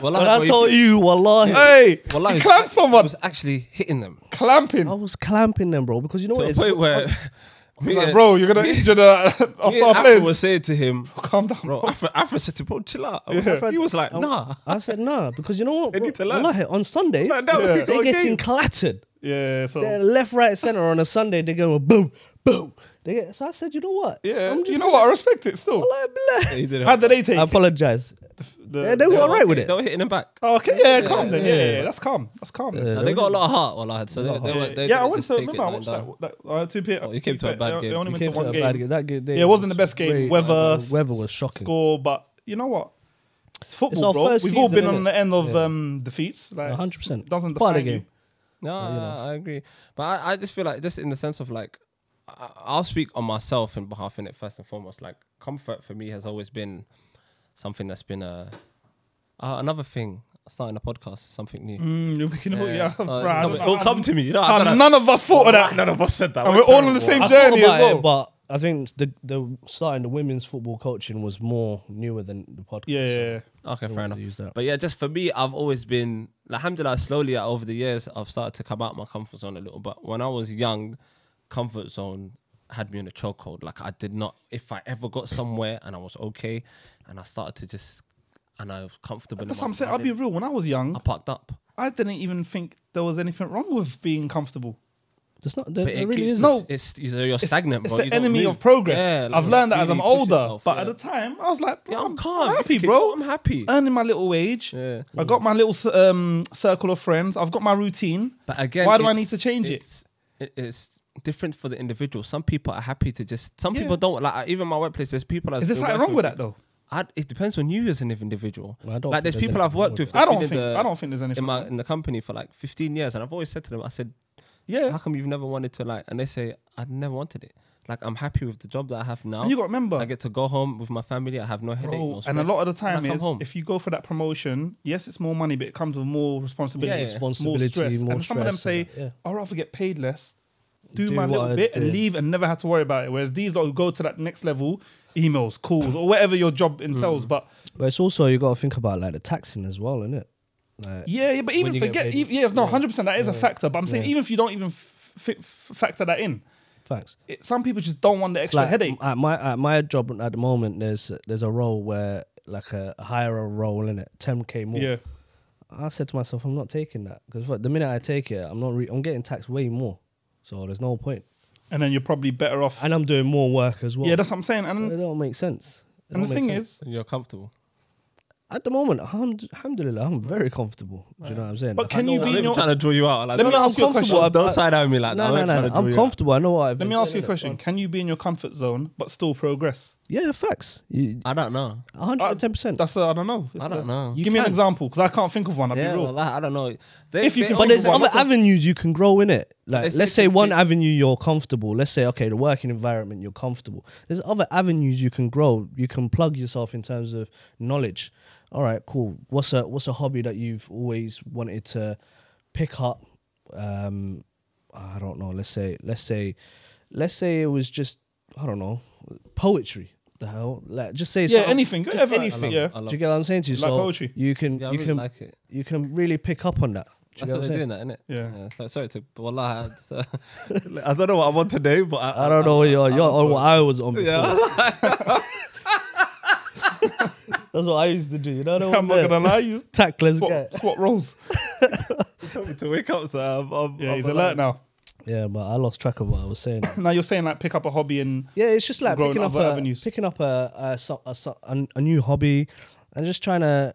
S1: Well,
S2: When I told you, wallahi,
S3: Hey,
S1: well, I
S3: you clamp someone.
S1: was actually hitting them
S3: Clamping.
S2: I was clamping them, bro, because you know
S1: to
S2: what?
S1: a
S2: It's,
S1: point where me
S3: Like,
S1: and-
S3: bro, you're gonna injure the our
S1: me and
S3: star
S1: Afro
S3: players.
S1: was saying to him,
S3: Calm down.
S1: bro. Afro, Afro said to him, bro, chill out. He was like, nah.
S2: I said nah, because you know what?
S1: They
S2: bro,
S1: need to learn.
S2: wallahi, on Sunday,
S1: Like, now we
S3: Yeah.
S1: got
S2: they're
S1: a
S2: getting
S1: game.
S2: clattered.
S3: Yeah, so
S2: They're left, right, center on a Sunday. They're going boom, boom. They get, so I said, you know what?
S3: yeah,
S2: I'm just
S3: you know what? I respect it still.
S2: Wallahi, billah.
S1: He didn't
S3: How did they take?
S2: I apologize.
S3: it? The-
S2: Yeah, they were all right with it.
S1: They were hitting him back.
S3: Oh, okay, yeah, calm then. Yeah, yeah, yeah, that's calm. That's calm. then.
S1: Now, they got a lot of heart. Well, I had so they, they,
S3: Yeah,
S1: were- they
S3: yeah, I
S1: didn't
S3: went
S1: just
S3: to
S1: take it
S3: remember I
S1: lying
S3: watched
S1: down.
S3: that. that uh, two P.
S1: Oh, you came to a bad
S3: they,
S1: game.
S3: They
S1: You
S3: only
S2: We
S3: went to
S2: came to
S3: one
S2: a
S3: game.
S2: bad game. That game
S3: Yeah, it wasn't the best game.
S2: great.
S3: Weather,
S2: The weather was shocking.
S3: Score, but you know what? It's football,
S2: our
S3: bro. We've
S2: first
S3: all
S2: season,
S3: been on
S2: innit?
S3: the end of um, defeats. Like, Doesn't
S2: 100%. Part of
S3: define
S2: the
S3: you.
S2: game.
S1: No, I- I agree. But I, I just feel like just in the sense of like, I, I'll speak on myself in behalf in it first and foremost. Like comfort for me has always been something that's been a uh, another thing. Starting a podcast is something new.
S3: Mm, you're making all- yeah,
S1: Uh,
S3: bruh,
S1: it's
S3: I
S1: not-
S3: don't know.
S1: it'll come to me. You know, I
S3: And
S1: gotta-
S3: Ah, none of us thought of that.
S1: None of us said that.
S3: And we're all on the
S1: terrible.
S3: same
S2: I thought
S3: journey as
S2: about
S3: well.
S2: it, but I think the the starting the women's football coaching was more newer than the podcast.
S3: Yeah, yeah, yeah.
S1: Okay, fair
S2: wanted
S1: enough.
S2: to use that.
S1: But yeah, just for me, I've always been, like, alhamdulillah, slowly uh, over the years, I've started to come out my comfort zone a little. But when I was young, comfort zone had me in a chokehold. Like, I did not, if I ever got somewhere and I was okay and I started to just, and I was comfortable. in
S3: That's
S1: my
S3: what I'm saying. I'll be
S1: surroundings,
S3: real. When I was
S1: I
S3: young,
S1: parked up.
S3: I didn't even think there was anything wrong with being comfortable.
S2: There's not. There,
S1: But
S2: there
S1: it
S2: really
S1: keeps-
S2: is
S3: No.
S1: It's, it's, you're stagnant,
S3: It's
S1: bro.
S3: the
S1: You don't
S3: enemy
S1: move.
S3: of progress.
S1: Yeah, like,
S3: I've learned that as I'm
S1: really push
S3: older,
S1: yourself,
S3: but
S1: yeah.
S3: at the time I was like, bro,
S1: Yeah, I'm
S3: I'm,
S1: calm.
S3: I'm happy,
S1: Kick it.
S3: bro.
S1: I'm happy.
S3: earning my little wage.
S1: Yeah.
S3: I got my little s- um, circle of friends. I've got my routine.
S1: But again,
S3: Why do I
S1: it's-
S3: need to change it?
S1: it's, it? It's different for the individual. Some people are happy to just. Some
S3: Yeah.
S1: people don't like. I- Even my workplace, there's people. I've
S3: Is there
S1: been
S3: something
S1: working
S3: wrong with that though?
S1: I, it depends on you as an individual.
S2: Well, I don't
S1: like,
S2: think
S1: there's
S2: there's
S1: people I've
S2: anything
S1: worked
S2: wrong
S1: with.
S2: with
S1: that's
S3: I don't
S1: been in
S3: think-
S1: the-
S3: I don't think there's anything
S1: in my
S3: wrong.
S1: in the company for like 15 years, and I've always said to them, I said,
S3: Yeah.
S1: "How come you've never wanted to like?" And they say, "I never wanted it. Like, I'm happy with the job that I have now.
S3: And you got to remember,
S1: I get to go home with my family. I have no headache. no
S3: bro, and a
S1: stress,
S3: lot of the
S1: I
S3: time
S1: come
S3: is
S1: home.
S3: if you go for that promotion, yes, it's more money, but it comes with more responsibility,
S1: Yeah, yeah.
S3: more
S2: Responsibility,
S3: stress.
S2: more
S3: and some of them
S2: stress
S3: say, "Oh,
S2: and that, yeah.
S3: "I'd rather get paid less, do,
S2: Do
S3: my
S2: what
S3: little
S2: I
S3: bit, and
S2: do."
S3: leave, and never have to worry about it." Whereas these lot who go to that next level, emails, calls, or whatever your job
S1: Mm.
S3: entails. But
S2: But it's also you got to think about like the taxing as well, innit? Like,
S3: yeah, yeah, but even
S2: you get
S3: forget,
S2: paid-
S3: even, yeah, no, hundred percent, that is a factor. But I'm saying
S2: Yeah.
S3: even if you don't even f- f- factor that in,
S2: Facts.
S3: It, some people just don't want the extra
S2: like,
S3: headache.
S2: At my at my job at the moment, there's there's a role where like a, a higher role in it, 10k more.
S3: Yeah,
S2: I said to myself, I'm not taking that because the minute I take it, I'm not. Re- I'm getting taxed way more, so there's no point.
S3: and then you're probably better off.
S2: And I'm doing more work as well.
S3: yeah, that's what I'm saying. And
S2: it don't make sense. It
S3: and the
S2: don't make
S3: thing
S2: sense.
S3: is,
S1: And you're comfortable.
S2: at the moment, alhamd- alhamdulillah, I'm very comfortable. Do you know what I'm saying?
S3: But
S2: I
S3: can
S2: know
S3: you
S2: what
S3: be
S1: I'm
S3: in
S1: not
S2: I'm-
S1: even
S3: your-
S1: trying to draw you out. Like,
S3: Let me
S1: don't-
S3: ask you a question.
S1: Don't,
S2: I'm-
S1: don't side eye me like
S2: No, no,
S1: that.
S2: no.
S1: I'm,
S2: I'm comfortable. I know what I've
S3: let
S2: been
S3: me ask you
S2: doing,
S3: a
S2: innit?
S3: question: Can you be in your comfort zone but still progress?
S2: Yeah, facts. You,
S1: I don't know.
S2: 110%.
S3: That's I I don't know. It's
S1: I don't
S3: the-
S1: know.
S2: You
S3: Give me an
S2: can.
S3: example because I can't think of one. I'll
S1: yeah,
S3: be real.
S1: well, I I don't know. They,
S3: If you
S1: they
S3: can-
S2: but there's
S1: overwhelm-
S2: other
S3: Overwhelmed.
S2: avenues you can grow in it.
S1: They
S2: Like,
S1: say
S2: let's say
S1: complete-
S2: one avenue you're comfortable. Let's say, okay, the working environment you're comfortable. There's other avenues you can grow. You can plug yourself in terms of knowledge. All right, cool. What's a what's a hobby that you've always wanted to pick up? Um, I don't know. Let's say let's say let's say it was just I don't know poetry. The hell, like just say
S3: Yeah,
S2: something-
S3: anything,
S2: just
S3: whatever.
S1: I love
S2: anything.
S1: it.
S3: Yeah.
S1: I
S2: Do
S1: love
S2: you
S1: it.
S2: get what I'm saying to you?
S3: Like
S2: so
S3: poetry.
S2: You can
S1: Yeah, I
S2: you
S1: really
S2: can
S1: like it.
S2: you can really pick up on that. Do you
S1: That's what
S2: get what I'm
S1: they're
S2: saying?
S1: doing, that, innit?
S3: Yeah.
S1: so, sorry to, but wallah, I, so, I don't know what I'm on today, but I,
S2: I don't know what you're, you're on what I was on before.
S1: Yeah,
S2: That's what I used to do. You know what
S3: I'm not gonna lie, you
S2: Tackless guy.
S3: swap, swap roles.
S1: Tell me to wake up, so I'm, I'm,
S3: Yeah,
S1: I'm
S3: he's
S1: alive.
S3: alert now.
S2: Yeah, but I lost track of what I was saying.
S3: Now you're saying like pick up a hobby and
S2: yeah, it's just like
S3: Growing
S2: picking up,
S3: other
S2: a,
S3: avenues.
S2: picking up a a, so- a, so- a a new hobby and just trying to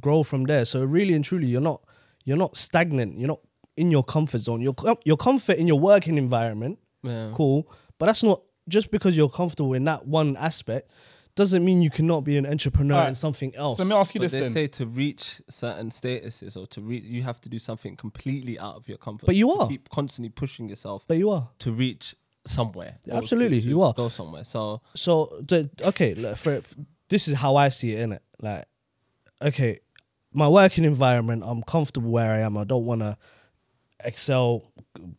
S2: grow from there. So really and truly, you're not you're not stagnant. You're not in your comfort zone. Your com- your comfort in your working environment,
S1: Yeah.
S2: cool. But that's not just because you're comfortable in that one aspect doesn't mean you cannot be an entrepreneur
S3: Alright.
S2: in something else.
S3: so let me ask you
S1: But
S3: this
S1: they
S3: then.
S1: say to reach certain statuses or to reach, you have to do something completely out of your comfort.
S2: But you
S1: to
S2: are.
S1: keep constantly pushing yourself
S2: but you are.
S1: to reach somewhere. or
S2: Absolutely,
S1: to,
S2: you are.
S1: go somewhere. So
S2: so the, okay look, for, for- this is how i see it in it like okay my working environment i'm comfortable where i am i don't want to excel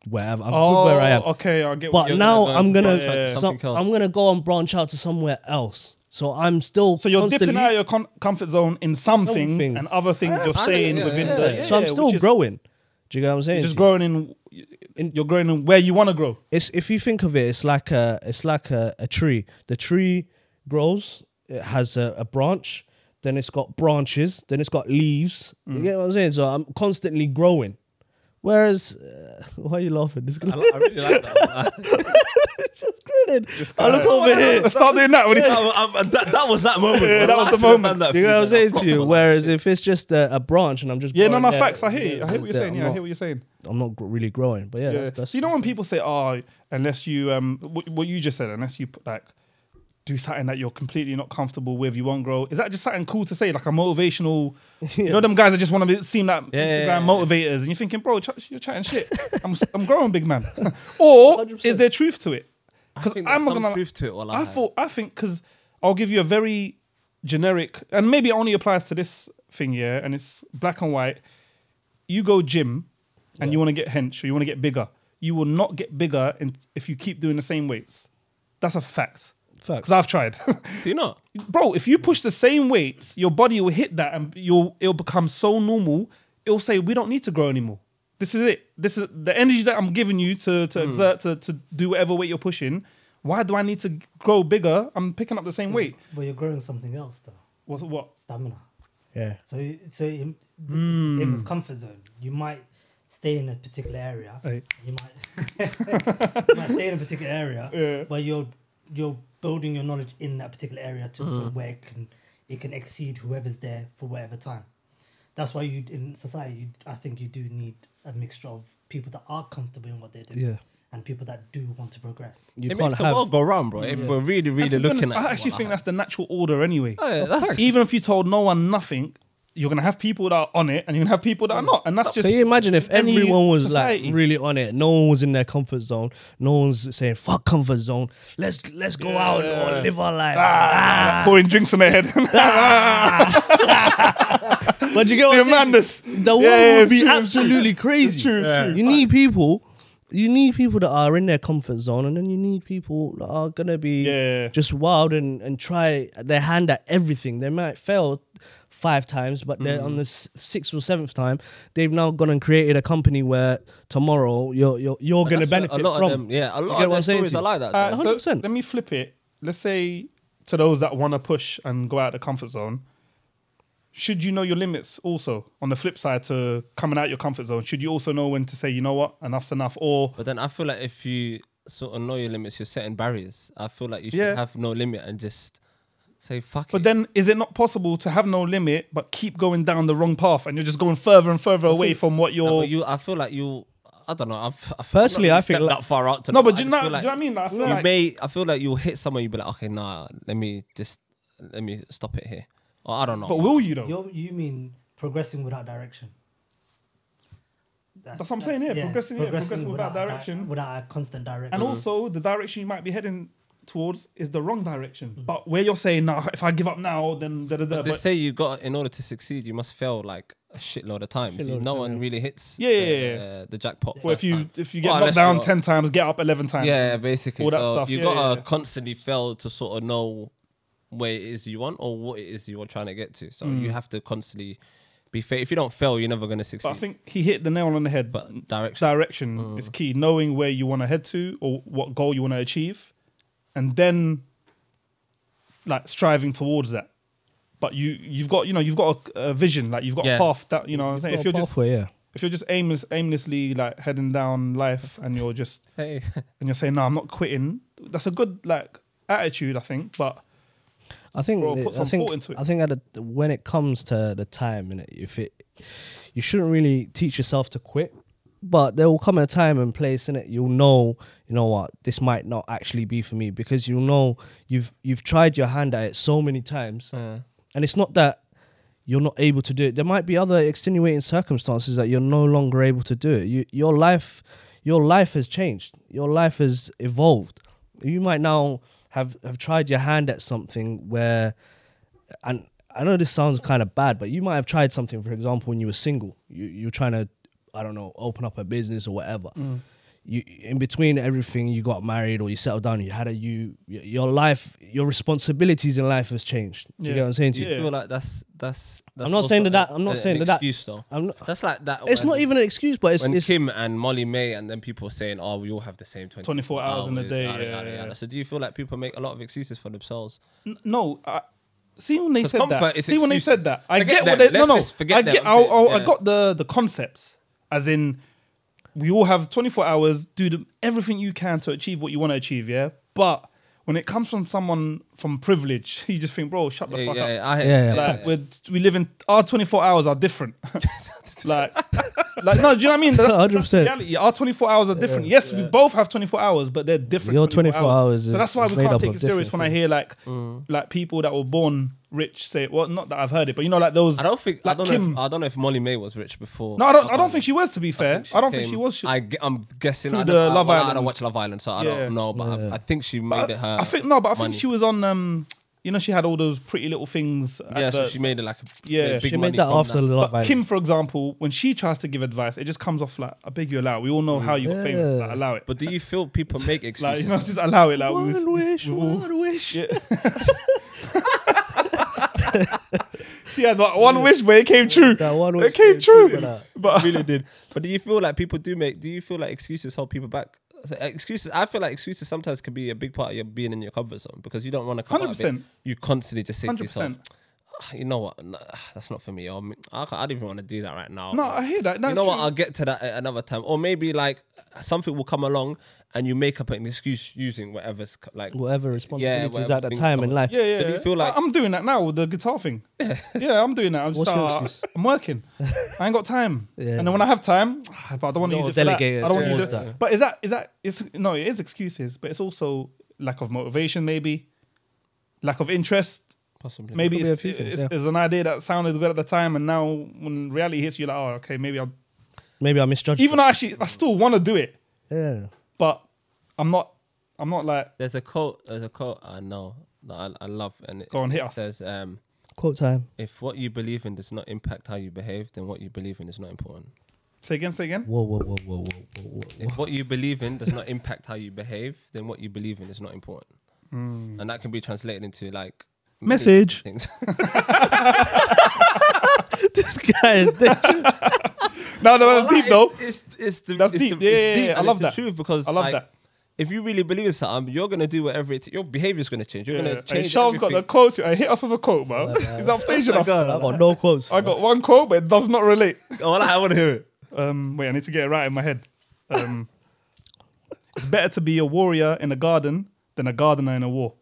S2: wherever i'm
S3: oh,
S2: good where i am
S3: okay, I get.
S2: but
S1: you're
S2: now
S1: gonna go
S2: i'm
S1: to
S2: gonna
S1: branch out to
S2: so-
S1: something else.
S2: i'm gonna go and branch out to somewhere else so i'm still
S3: so you're
S2: constantly,
S3: dipping out of your con- comfort zone in some, things
S2: things.
S3: and other things you're
S1: I know,
S3: saying
S1: yeah,
S3: within
S1: yeah,
S3: the.
S1: yeah.
S2: so i'm
S3: which
S2: still
S3: is-
S2: growing do you get what i'm saying
S3: You're just
S2: to you?
S3: growing in, You're growing in where you want to grow.
S2: it's if you think of it, it's like a it's like a, a tree. The tree grows, it has a, a branch, then it's got branches, then it's got leaves.
S3: Mm.
S2: You get what I'm saying? So I'm constantly growing. Whereas, uh, why are you laughing? This
S1: I, li- I really like that.
S2: just grinning. I Oh, look
S3: Uh,
S2: over here.
S3: Start doing that when he
S1: I, I, that. That was that moment.
S3: Yeah, that
S1: wallah,
S3: was the
S1: I should've
S3: moment.
S1: done that
S2: You
S1: for
S2: know what I'm
S1: man.
S2: saying
S1: I
S2: to you?
S1: forgot
S2: Whereas if it's just a, a branch and I'm just
S3: Yeah, no,
S2: growing
S3: no,
S2: there,
S3: facts. I hear you. I hear
S2: there,
S3: what you're saying.
S2: I'm
S3: Yeah, I
S2: not-
S3: hear what you're saying.
S2: I'm not gr- really growing, but yeah,
S3: Yeah.
S2: that's, that's
S3: so you know when people say, "Oh, unless you um, what, what you just said, unless you put, like do something that you're completely not comfortable with, you won't grow." Is that just something cool to say, like a motivational? You know, them guys that just want to seem like
S1: Yeah, yeah,
S3: Instagram
S1: yeah.
S3: motivators, and you're thinking, "Bro, ch- you're chatting shit. I'm s- I'm growing, big man." or is
S2: 100%.
S3: there truth to it?
S1: I think there's
S3: not
S1: some
S3: gonna-
S1: truth to it, wallahi.
S3: I thought I think because I'll give you a very generic, and maybe it only applies to this thing here, and it's black and white. You go gym, and you want to get hench or you want to get bigger. You will not get bigger in, if you keep doing the same weights. That's a fact.
S2: Facts.
S3: Because I've tried,
S1: Do you not?
S3: bro. If you push the same weights, your body will hit that, and you'll it'll become so normal. It'll say we don't need to grow anymore. This is it. This is the energy that I'm giving you to to exert to, to do whatever weight you're pushing. Why do I need to grow bigger? I'm picking up the same weight.
S4: But you're growing something else though.
S3: What's what?
S4: Stamina.
S2: yeah.
S4: So you- so in, it's the same as comfort zone. You might stay in a particular area.
S3: Aye.
S4: You might you might stay in a particular area,
S3: Yeah.
S4: but you're you're building your knowledge in that particular area to the point where it can it can exceed whoever's there for whatever time. That's why you in society. You, I think you do need a mixture of people that are comfortable in what they do,
S2: Yeah.
S4: and people that do want to progress.
S2: You
S1: it
S2: can't
S1: makes the
S2: have
S1: world go round, bro. If we're really,
S3: And
S1: really
S3: to be
S1: looking
S3: honest,
S1: at
S3: I
S1: it,
S3: actually think
S1: wallahi.
S3: that's the natural order anyway.
S1: Oh, yeah, that's
S3: Even if you told no one nothing, you're gonna have people that are on it, and you're gonna have people that are not, and that's just
S2: Can you imagine if
S3: any
S2: everyone was
S3: society.
S2: like really on it? No one was in their comfort zone. No one's saying "fuck comfort zone." Let's let's go out
S3: Yeah.
S2: and live our life.
S3: Ah, pouring drinks on their head.
S2: But you get what
S3: The
S2: I'm saying?
S3: madness.
S2: The world
S3: yeah,
S2: would
S3: it's
S2: be
S3: true, it's true.
S2: absolutely crazy.
S3: true, it's Yeah. true.
S2: You need people you need people that are in their comfort zone, and then you need people that are gonna be
S3: Yeah.
S2: just wild and and try their hand at everything. They might fail five times, but they're
S3: Mm.
S2: on the s- sixth or seventh time, they've now gone and created a company where tomorrow you're you're you're
S1: But
S2: gonna
S1: that's what
S2: benefit
S1: a lot
S2: from.
S1: of them. Yeah, a lot
S2: get
S1: of
S2: what
S1: their
S2: I'm saying
S1: stories
S2: to
S1: are
S2: you?
S1: like that.
S3: Uh,
S1: though.
S3: so
S2: 100%.
S3: let me flip it. Let's say to those that want to push and go out of the comfort zone, should you know your limits also? On the flip side to coming out your comfort zone, should you also know when to say, you know what, enough's enough? Or
S1: But then I feel like if you sort of know your limits, you're setting barriers. I feel like you should
S3: Yeah.
S1: have no limit and just say fuck
S3: but
S1: it.
S3: then is it not possible to have no limit but keep going down the wrong path and you're just going further and further away from what
S1: No,
S3: you're
S1: but you, I feel like you. I don't know. I've, I've
S2: Personally,
S1: not really
S2: I feel
S1: stepped
S2: like-
S1: that far out. To
S3: No,
S1: that.
S3: but do you
S1: just
S3: know,
S1: feel
S3: do you know what I mean? Like, I feel
S1: you
S3: like
S1: may. I feel like you'll hit someone. You'll be like, okay, nah, let me just let me stop it here. Or I don't know.
S3: but will you though?
S4: You're, you mean progressing without direction?
S3: That's what I'm saying, yeah, progressing, yeah, progressing without
S4: di-
S3: direction.
S4: without a constant direction.
S1: Mm-hmm.
S3: And also, the direction you might be heading towards is the wrong direction.
S1: Mm-hmm.
S3: But where you're saying, nah, if I give up now, then da da da.
S1: they
S3: But
S1: say you got in order to succeed, you must fail like a shitload of times.
S2: Shitload of
S1: no
S2: time,
S1: one
S2: yeah.
S1: really hits.
S3: Yeah, yeah,
S1: the,
S3: yeah,
S1: Uh, the jackpot.
S3: Well, if
S1: first
S3: you
S1: time.
S3: if you get
S1: Well,
S3: knocked
S1: unless
S3: down
S1: you're-
S3: ten times, get up eleven times.
S1: Yeah, basically.
S3: all that
S1: so
S3: stuff,
S1: You
S3: yeah,
S1: gotta
S3: yeah, yeah.
S1: constantly fail to sort of know where it is you want or what it is you're trying to get to. So you have to constantly be fair. If you don't fail, you're never gonna succeed.
S3: Mm. But I think he hit the nail on the head. But
S1: but direction.
S3: direction is key. Knowing where you want to head to or what goal you want to achieve, and then like striving towards that. But you you've got you know you've got a, a vision like you've got
S1: Yeah.
S3: a path that you know what I'm saying
S2: Got
S3: if
S2: a
S3: you're just
S2: pathway, yeah.
S3: if you're just aimless aimlessly like heading down life and you're just
S1: hey,
S3: and you're saying no I'm not quitting that's a good like attitude I think but
S2: I think
S3: Bro,
S2: the-
S3: put
S2: I
S3: some
S2: think
S3: thought into it.
S2: I think at the, when it comes to the time and if it you shouldn't really teach yourself to quit, but there will come a time and place in it you'll know you know what this might not actually be for me because you'll know you've you've tried your hand at it so many times and it's not that you're not able to do it. There might be other extenuating circumstances that you're no longer able to do it. You, your life, your life has changed. Your life has evolved. You might now have have tried your hand at something where, and I know this sounds kind of bad, but you might have tried something. For example, when you were single, you you're trying to, I don't know, open up a business or whatever.
S3: Mm.
S2: You in between everything, you got married or you settled down. You had a you y- your life, your responsibilities in life has changed. Do you
S3: Yeah.
S2: get what I'm saying to
S1: do you
S2: you?
S1: feel like that's that's? that's
S2: not
S1: also
S2: saying that that-
S1: a-
S2: I'm not
S1: a-
S2: saying
S1: an
S2: that that-
S1: excuse though.
S2: I'm not-
S1: that's like that.
S2: It's
S1: when-
S2: not even an excuse, but it's
S1: when
S2: it's
S1: Kim and Molly May and then people saying, "Oh, we all have the same 24,
S3: 24 hours in a day,
S1: yada,
S3: yeah,
S1: yada,
S3: yeah,
S1: yada.
S3: yeah.
S1: So do you feel like people make a lot of excuses for themselves?
S3: N- No, I, see when they
S1: 'Cause
S3: said that.
S1: comfort is
S3: see when they
S1: excuses.
S3: said that. I
S1: Forget
S3: get
S1: them.
S3: what they. No,
S1: Let's
S3: no.
S1: just forget
S3: I
S1: them.
S3: get. I, I,
S1: Yeah.
S3: I got the the concepts. As in, we all have 24 hours. Do the, everything you can to achieve what you want to achieve. Yeah, but when it comes from someone from privilege, you just think, bro, shut the
S1: Yeah,
S3: fuck
S1: yeah,
S3: up.
S1: yeah, I,
S2: Yeah, yeah,
S3: Like we're, we live in our 24 hours are different. like, like no, do you know what I mean? That's,
S2: 100%.
S3: That's the reality. Our 24 hours are different. yes, we both have 24 hours, but they're different.
S2: Your 24 hours
S3: so that's
S2: is-
S3: why
S2: is
S3: we
S2: made
S3: can't
S2: up
S3: take
S2: of
S3: it serious.
S2: different
S3: When I hear like
S1: Mm.
S3: like people that were born rich say, well, not that I've heard it, but you know, like those.
S1: I don't Um, think I
S3: like
S1: don't
S3: Kim.
S1: know. If, I don't know if Molly May was rich before.
S3: no, I don't. I
S1: Okay.
S3: don't think she was. To be fair, I, don't think
S1: came-
S3: she was. She,
S1: I, ge- I'm guessing. I
S3: through
S1: don't,
S3: the
S1: I,
S3: Love
S1: well, I don't
S3: Island.
S1: watch Love Island, so I
S3: Yeah.
S1: don't know. But I, I think she
S3: I,
S1: made it her.
S3: I think no, but I think
S1: money.
S3: she was on. um You know, she had all those pretty little things.
S1: Yeah, so
S3: adverts.
S1: she made it like a b-
S3: Yeah.
S1: big
S2: she
S1: money
S2: made that
S1: from
S2: after the
S3: But
S2: love
S3: Kim, for example, when she tries to give advice, it just comes off like, "I beg you, allow." it." We all know how you got famous. Like, allow it.
S1: Mm. But do you feel people make excuses?
S3: Like you know, just allow it. Like we was,
S2: One wish,
S3: we've all-
S2: one wish.
S3: yeah. yeah, like one wish, but it came true.
S2: That one
S3: it
S2: wish
S3: came
S2: came true,
S3: true.
S2: brother.
S3: But
S1: really did. But do you feel like people do make? Do you feel like excuses hold people back? So uh, excuses. I feel like excuses sometimes can be a big part of your being in your comfort zone because you don't want to come out of it.
S3: 100%.
S1: You constantly just say to yourself,
S3: 100%.
S1: "Ah, "You know what? No, ah, that's not for me. Or, I, can't, I don't even want to do that right now."
S3: no,
S1: Or,
S3: I hear that. That's
S1: you know what?
S3: true.
S1: I'll get to that at another time. Or maybe like something will come along and you make up an excuse using whatever's co- like.
S2: Whatever responsibilities
S1: whatever
S2: at the
S1: things
S2: time in
S1: come-
S2: life.
S3: yeah, yeah.
S1: So do you
S3: yeah.
S1: feel like-
S3: I, am doing that now with the guitar thing? yeah, I'm doing that. I'm just
S2: What's your
S3: uh,
S2: excuse?
S3: I'm working. I ain't got time.
S2: Yeah.
S3: And then when I have time, but I don't want to use
S2: You're
S3: it. For that.
S2: delegated
S3: I don't want to use
S2: towards
S3: it.
S2: that.
S3: But is that is that it's no, it is excuses, but it's also lack of motivation, maybe lack of interest.
S1: Possibly.
S3: Maybe
S2: Could be
S3: it's,
S2: a few things,
S3: it's,
S2: yeah.
S3: it's an idea that sounded good at the time, and now when reality hits you, like, oh, okay, maybe I'll.
S2: Maybe I misjudged.
S3: Even though actually, I still want to do it,
S2: it. yeah.
S3: but I'm not. I'm not like
S1: There's a quote. There's a quote I know that I, I love, and it
S3: go on hit us.
S1: says, um,
S2: Quote time.
S1: "If what you believe in does not impact how you behave, then what you believe in is not important."
S3: Say again, say again.
S2: Whoa, whoa, whoa, whoa, whoa, whoa, whoa. whoa.
S1: If what you believe in does not impact how you behave, then what you believe in is not important. And that can be translated into like many
S3: Hmm. Message.
S1: things.
S2: this guy is dead.
S3: No, no, that's
S1: Like,
S3: deep though.
S1: It's, it's, the,
S3: That's
S1: it's the-
S3: deep. Yeah,
S1: it's
S3: yeah,
S1: deep
S3: yeah. I
S1: and
S3: love
S1: it's
S3: that.
S1: The truth because
S3: I love
S1: like,
S3: that.
S1: If you really believe in something, you're gonna do whatever it. Your behavior's gonna change. You're
S3: Yeah.
S1: gonna
S3: Hey,
S1: change.
S3: Charles got the
S1: everything.
S3: quotes. I hit us with a quote, man. He's upstaging us.
S2: uh, I got no quotes.
S3: I got one quote, but it does not relate.
S1: Oh, I want to hear it.
S3: Um, wait, I need to get it right in my head. Um, it's better to be a warrior in a garden than a gardener in a war.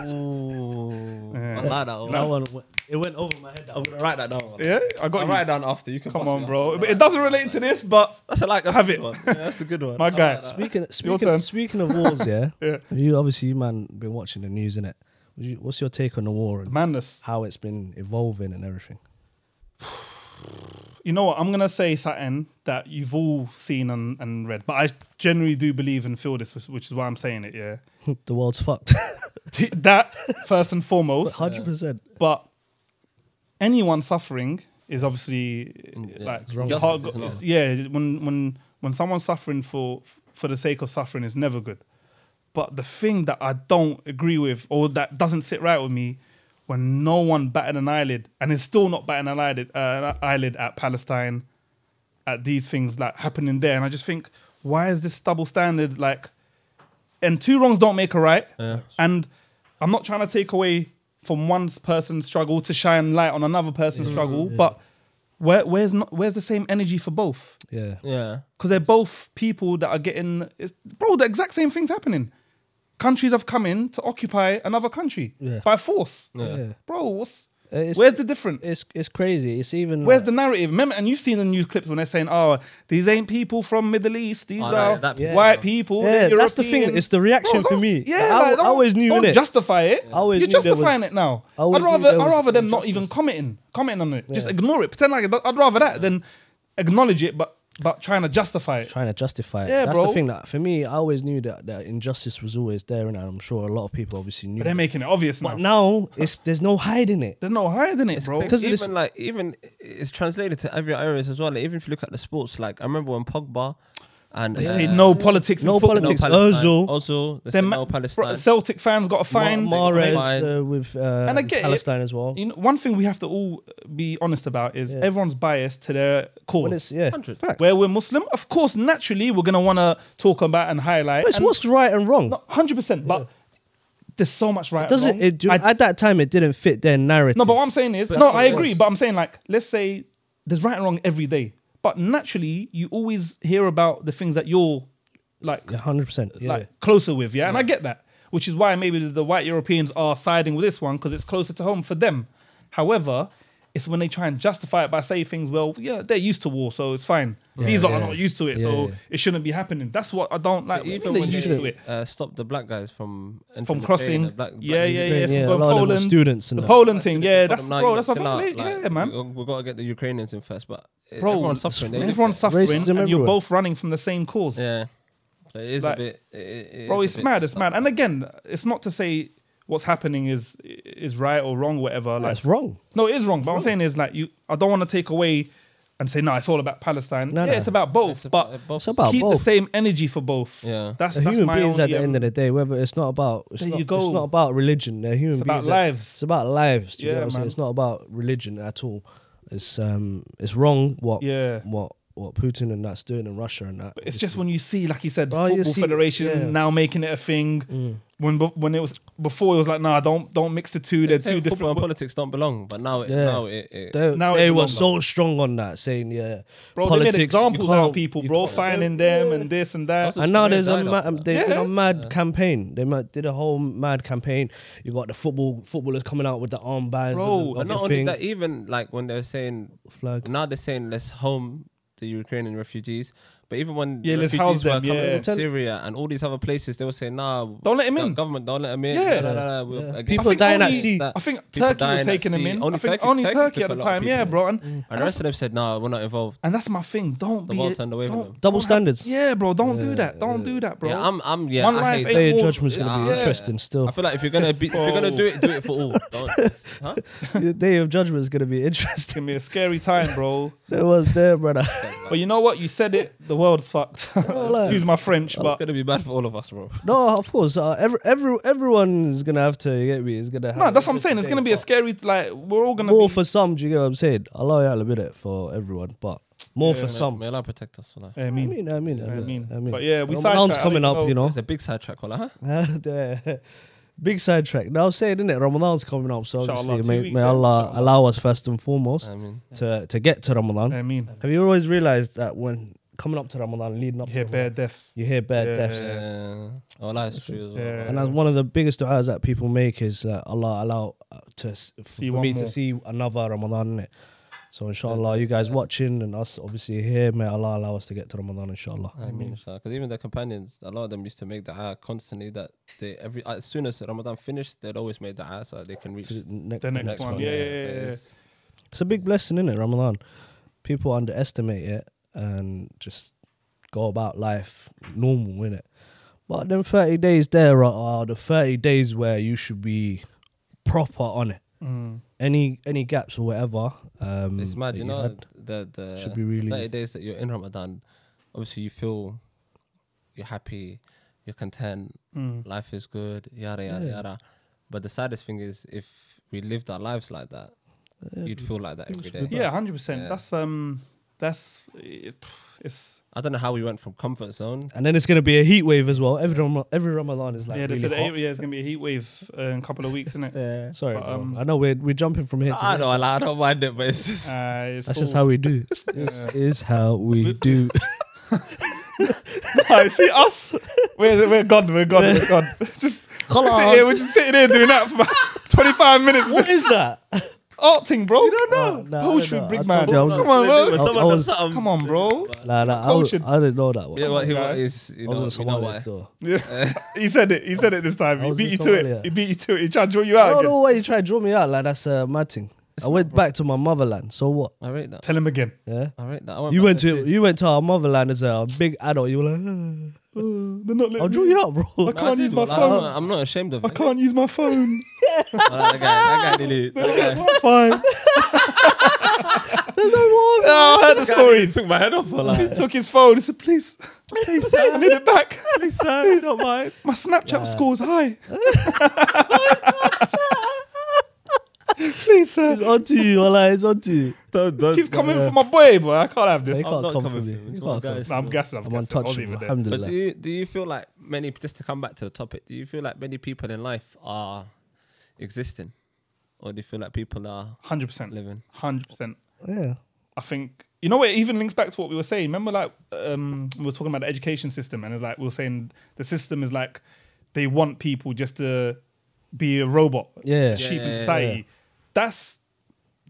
S1: Ooh,
S3: Yeah.
S1: I like that one.
S2: That one, went- it went over my head. That
S1: I'm
S2: one.
S1: gonna write that down.
S3: Yeah, I got
S1: I'll
S3: you.
S1: write it down after. You can
S3: Come
S1: pass
S3: on,
S1: me
S3: bro.
S1: that.
S3: But it doesn't relate to this, but
S1: That's a like. That's
S3: Have
S1: a
S3: it.
S1: good one. Yeah, that's a good one.
S3: my guy.
S2: Speaking,
S3: turn.
S2: speaking, speaking of wars, yeah,
S3: Yeah.
S2: You obviously, you man, been watching the news, innit? Would you- What's your take on the war and
S3: Madness.
S2: how it's been evolving and everything?
S3: You know what? I'm gonna say something that you've all seen and, and read, but I generally do believe and feel this, which is why I'm saying it. Yeah,
S2: the world's fucked.
S3: that first and foremost.
S2: Hundred percent.
S3: but anyone suffering is obviously
S1: Mm, yeah,
S3: like
S1: it's wrong.
S3: hard-
S1: Justice, isn't
S3: it's-
S1: it?
S3: yeah when when when someone's suffering for for the sake of suffering is never good but the thing that i don't agree with or that doesn't sit right with me when no one batted an eyelid and is still not batting an eyelid, uh, an eyelid at palestine at these things like happening there and i just think why is this double standard like and two wrongs don't make a right. And I'm not trying to take away from one person's struggle to shine light on another person's struggle, but where, where's not, where's the same energy for both?
S2: Yeah.
S1: Yeah.
S3: Because they're both people that are getting, it's, bro, the exact same thing's happening. Countries have come in to occupy another country
S2: Yeah.
S3: by force.
S2: Yeah.
S3: Bro, what's,
S2: Uh, it's-
S3: where's the difference?
S2: It's it's crazy. It's even.
S3: Mm. Where's
S2: like-
S3: the narrative? Remember, and you've seen the news clips when they're saying, "Oh, these ain't people from Middle East. These
S1: Oh, no,
S3: are
S1: that piece,
S3: white
S1: yeah.
S3: people."
S2: Yeah,
S3: they're
S2: that's the thing,
S3: European."
S2: it's the reaction for
S3: don't-
S2: me.
S3: Yeah,
S2: I- I
S3: like, don't-
S2: always knew,
S3: Don't
S2: innit?
S3: justify it.
S2: I always
S3: You're
S2: knew there
S3: justifying
S2: was-
S3: it now.
S2: I
S3: I'd
S2: always knew
S3: rather,
S2: there
S3: I'd
S2: was
S3: rather them not
S2: injustice.
S3: even commenting, commenting on it. Just
S2: Yeah.
S3: ignore it. Pretend like it, don't- I'd rather that than acknowledge it, but but trying to justify it.
S2: uh, trying to justify it.
S3: Yeah,
S2: That's
S3: bro.
S2: the thing that for me, I always knew that, that injustice was always there, and I'm sure a lot of people obviously knew.
S3: But they're making it obvious now.
S2: but now it's there's no hiding it.
S3: They're no higher than it, bro.
S2: because of
S1: even
S2: this-
S1: like even it's translated to every areas as well. Like, even if you look at the sports, like I remember when Pogba and
S3: They
S1: uh,
S3: say no politics. in
S2: no
S3: football.
S2: politics.
S1: Palestine,
S2: Ozil.
S1: Ozil, they
S3: They're
S1: said
S3: ma-
S1: no
S3: bro,
S1: Palestine.
S3: Celtic fans got a fine.
S2: Ma- Mahrez
S1: Fine.
S2: uh, with uh,
S3: And I get it.
S2: Palestine as well.
S3: You know, one thing we have to all be honest about is
S2: Yeah.
S3: everyone's biased to their cause.
S2: When it's yeah,
S1: 100.
S2: Fact.
S3: Where we're Muslim, of course, naturally, we're gonna want to talk about and highlight.
S2: But it's
S3: and
S2: what's right and wrong.
S3: not hundred percent, but there's so much right. and
S2: Doesn't
S3: wrong.
S2: it? Do,
S3: I-
S2: at that time, it didn't fit their narrative.
S3: no, but what I'm saying is, no,
S1: of
S3: I agree.
S1: course.
S3: But I'm saying like, let's say there's right and wrong every day, but naturally, you always hear about the things that you're like
S2: hundred percent. Yeah,
S3: like closer with, yeah, and I get that, which is why maybe the white Europeans are siding with this one because it's closer to home for them. However, it's when they try and justify it by saying things, well, yeah, they're used to war, so it's fine. These lot
S2: yeah.
S3: are not used to it,
S2: Yeah,
S3: so
S2: yeah.
S3: it shouldn't be happening. That's what I don't like. What do you
S1: even
S3: mean
S1: when
S3: they're
S1: they
S3: used to it.
S1: uh, stopped the black guys from entering
S3: From
S1: the plane,
S3: crossing.
S1: the black- black
S3: Yeah, yeah, yeah,
S2: yeah,
S3: from
S2: yeah,
S3: going
S2: a lot of them were
S3: Poland,
S2: students and
S3: The
S2: that.
S3: Poland thing, yeah,
S1: For
S3: that's
S1: them now,
S3: bro,
S1: you
S3: that's
S1: gotta
S3: a
S1: chill out,
S3: valid-
S1: like,
S3: yeah, man.
S1: We, we gotta get the Ukrainians in first, but it-
S3: Bro,
S1: everyone's suffering. they live
S3: everyone's
S1: there.
S3: suffering,
S2: Racism
S3: and you're
S2: everywhere.
S3: both running from the same cause.
S1: Yeah, so it is
S3: Like,
S1: a bit. It, it
S3: bro
S1: is
S3: it's
S1: a bit
S3: mad it's
S1: fucked
S3: mad
S1: up.
S3: and again it's not to say what's happening is is right or wrong whatever like
S2: that's wrong.
S3: no it is wrong but what i'm saying is like you i don't want to take away and say no it's all about palestine
S2: No,
S3: yeah
S2: no.
S3: it's about
S1: It's
S3: both but
S1: about- both-
S2: It's about
S3: keep the
S2: both.
S3: same energy for both
S1: Yeah.
S3: that's,
S2: They're
S3: that's
S2: human
S3: my
S2: beings
S3: only,
S2: at
S3: um,
S2: the end of the day. Whether it's not about it's
S3: There
S2: not,
S3: you go.
S2: it's not about religion. They're human
S3: It's about
S2: beings. at-
S3: lives.
S2: It's about lives. do you
S3: Yeah,
S2: know what I'm saying?
S3: man.
S2: It's not about religion at all. It's um it's wrong what
S3: Yeah.
S2: what what Putin and that's doing in Russia and that.
S3: it's just when you see like he said
S2: Oh, you
S3: football
S2: see-
S3: federation
S2: yeah. Mm.
S3: now making it a thing when be- when it was before it was like nah don't don't mix the two they're
S1: Say
S3: two
S1: Football and
S3: different
S1: politics don't belong, but now it,
S2: Yeah.
S1: now it, it
S2: they,
S3: Now
S2: they
S3: it's
S2: were
S3: wrong,
S2: so strong on that, saying yeah,
S3: bro
S2: politics.
S3: they made
S2: you
S3: examples out of
S2: can't-
S3: people
S2: you
S3: bro
S2: can't-
S3: finding them and this and that
S1: Also-
S2: And now there's a
S1: Korea died
S2: ma-
S1: after
S2: they
S3: that.
S2: did
S3: Yeah.
S2: a mad campaign. They ma- did a whole mad campaign. You got the football footballers coming out with the armbands,
S3: Bro,
S1: And
S2: and
S1: not
S2: the, of the
S1: only
S2: thing.
S1: that, even like when they're saying
S2: flag.
S1: now they're saying let's home the Ukrainian refugees, But even when
S3: Yeah, let's
S1: refugees
S3: house
S1: were
S3: them,
S1: coming
S3: yeah.
S1: in Syria and all these other places, they were saying, "Nah,
S3: Don't let him
S1: the
S3: in.
S1: Government, don't let him in."
S3: Yeah.
S1: da, da, da, da, we'll-
S2: Yeah.
S1: again,
S2: People
S1: I think
S2: dying at
S1: only-
S2: sea.
S1: that-
S3: I think
S1: people
S3: Turkey
S1: dying
S3: were
S1: at
S3: taking him
S1: sea.
S3: in.
S1: Only
S3: I think
S1: Turkey,
S3: only Turkey
S1: took
S3: at
S1: a
S3: the
S1: lot of
S3: time, yeah,
S1: people in.
S3: bro. And
S1: And the rest of them said, "Nah, we're not involved."
S3: and that's my thing. Don't
S1: The
S3: be
S1: world turned away from
S3: don't-
S1: them.
S2: Double
S3: don't have-
S2: standards.
S3: yeah, bro. Don't do that. Don't do that, bro.
S1: Yeah, I'm, I'm, yeah.
S3: One
S1: I
S3: life
S1: hate
S3: ain't
S1: that.
S2: Day of
S3: all-
S2: judgment's gonna be
S3: Yeah.
S2: interesting still.
S1: I feel like if you're gonna be, if you're gonna do it, do it for all. Don't. Huh?
S2: The Day of judgment's gonna be
S3: It's
S2: interesting.
S3: gonna be a scary time, bro.
S2: It was there, brother.
S3: but you know what? You said it. The world's fucked.
S2: like-
S3: Excuse my French,
S1: It's
S3: but
S1: gonna be bad for all of us, bro.
S2: no, of course. Uh, every, every everyone is gonna have to you get me. Is gonna have
S3: no, that's what I'm
S2: a
S3: saying. It's
S2: day,
S3: gonna be a
S2: but
S3: scary. Like we're all gonna
S2: more
S3: be.
S2: for some. Do you get what I'm saying? Allah y'all a minute for everyone, but more for some.
S1: May Allah protect us. wallahi.
S3: Yeah, I
S2: I
S3: mean,
S2: mean, I mean,
S3: I
S2: I mean,
S3: mean,
S2: I mean.
S3: but yeah, we
S2: Ramadan's
S3: sidetracked, I
S2: coming
S3: didn't
S2: up, you know.
S1: It's a big sidetrack, wallah, huh?
S2: Yeah. Big sidetrack. Now I was saying, innit, Ramadan's coming up, so
S3: Inshallah,
S2: obviously
S3: two
S2: may,
S3: weeks,
S2: may
S3: yeah,
S2: Allah
S3: inshallah.
S2: allow us first and foremost
S1: I mean,
S2: to, to get to Ramadan.
S3: I mean,
S2: Have you always realized that when coming up to Ramadan, leading up
S3: you hear
S2: to
S3: bare
S2: Ramadan,
S3: deaths.
S2: you hear bare
S3: Yeah.
S2: deaths?
S1: yeah. Allah is true as well.
S3: Yeah.
S2: And that's one of the biggest du'as that people make is uh, Allah allow uh, to s- f-
S3: See
S2: for
S3: one
S2: me to
S3: more.
S2: see another Ramadan. Innit? So inshallah, you guys watching and us obviously here, may Allah allow us to get to Ramadan, inshallah.
S1: I mean, because even their companions, a lot of them used to make dua constantly. That they every as soon as Ramadan finished, they'd always make dua so that they can reach
S2: To the next,
S3: The next one, yeah, yeah, yeah, yeah.
S1: it's-
S2: It's a big blessing, isn't it, Ramadan? People underestimate it and just go about life normal, innit? But them 30 days there are, are the 30 days where you should be proper on it.
S3: Mm,
S2: Any any gaps or whatever. Um,
S1: It's mad,
S2: that
S1: you know.
S2: had.
S1: The the
S2: Should be
S1: the
S2: really-
S1: thirty days that you're in Ramadan, obviously you feel you're happy, you're content,
S3: mm.
S1: life is good, yada yada
S2: Yeah.
S1: yada. But the saddest thing is, if we lived our lives like that, you'd feel like that every day.
S3: Yeah, hundred percent.
S1: Yeah.
S3: That's um, that's it, pff, it's.
S1: I don't know how we went from comfort zone.
S2: And then it's going to be a heat wave as well. Every, Ram- every Ramadan is like
S3: yeah, they
S2: really
S3: said
S2: hot.
S3: eight, yeah, it's gonna be a heat wave uh, in a couple of weeks, isn't it?
S2: Yeah. Sorry,
S3: But,
S2: bro.
S3: um,
S2: I know we're, we're jumping from here to
S1: I
S2: there.
S1: don't, I don't mind it, but it's just.
S3: Uh, it's
S2: That's just
S3: all-
S2: how we do.
S3: Yeah.
S2: This is how we do.
S3: I see us. We're we're gone. We're gone. We're gone. just
S2: Colours.
S3: sit here, we're just sitting here doing that for about twenty five minutes.
S2: what is that?
S3: Arting, bro. You don't
S2: know. nah, I don't
S3: Poetry,
S2: know. I
S3: big
S2: told
S3: man.
S2: you I
S3: Come
S2: was-
S1: Someone
S3: on, bro.
S2: I
S1: done
S2: was-
S1: something.
S3: Come on, bro.
S2: Nah, nah, I, was,
S3: Cultured.
S2: I didn't know that one.
S1: Yeah, what he
S3: guy.
S1: what is, you
S2: I
S1: know,
S2: was on
S1: you know
S2: someone
S1: why.
S2: else's door.
S3: Yeah. he said it. He said it this time.
S2: I
S3: He
S2: was
S3: beat
S2: in
S3: you to
S2: Somalia.
S3: it. He beat you to it. He tried to draw you
S2: I
S3: out
S2: don't
S3: again.
S2: know why you try to draw me out like that's a mad thing. I went back to my motherland. So what?
S1: I rate that.
S3: Tell him again.
S2: Yeah.
S1: I rate that. I
S2: You
S1: back
S2: went
S1: there
S2: to
S1: too.
S2: you went to our motherland as a big adult. You were like,
S3: Uh, they're not letting
S2: I'll draw
S3: me-
S2: you out, bro.
S1: No, I
S3: can't
S1: did,
S3: use my
S1: well, I'm
S3: phone.
S1: not- I'm not ashamed of
S3: I
S1: it.
S3: can't use my phone.
S1: Ah, that guy, that guy nearly, that guy.
S2: Fine. There's no more.
S3: Oh, I heard the
S1: Sorry,
S3: story.
S1: took my head off. Like,
S3: He took his phone. He said, "Please, please, I need it back.
S1: I don't mind.
S3: My Snapchat scores high. please, sir."
S2: It's on to you. Ola. It's on to you.
S1: Don't, don't,
S3: keeps coming for my boy, boy. I can't have
S2: They
S3: this.
S2: can't
S1: not
S2: come for
S1: coming
S2: me.
S1: for you.
S2: You
S1: Come on,
S2: can't come
S1: guys.
S3: No, I'm guessing. I'm,
S2: I'm
S3: guessing. I wasn't even
S2: untouchable.
S1: But
S3: there.
S1: do
S2: Alhamdulillah.
S1: you do you feel like many just to come back to the topic? Do you feel like many people in life are existing, or do you feel like people are
S3: Hundred percent.
S1: living?
S3: Hundred percent.
S2: Yeah.
S3: I think you know what it even links back to what we were saying. Remember, like um, we were talking about the education system, and it's like we were saying the system is like they want people just to be a robot,
S2: Yeah.
S3: sheep
S1: Yeah, yeah,
S3: in
S1: yeah,
S3: society. That's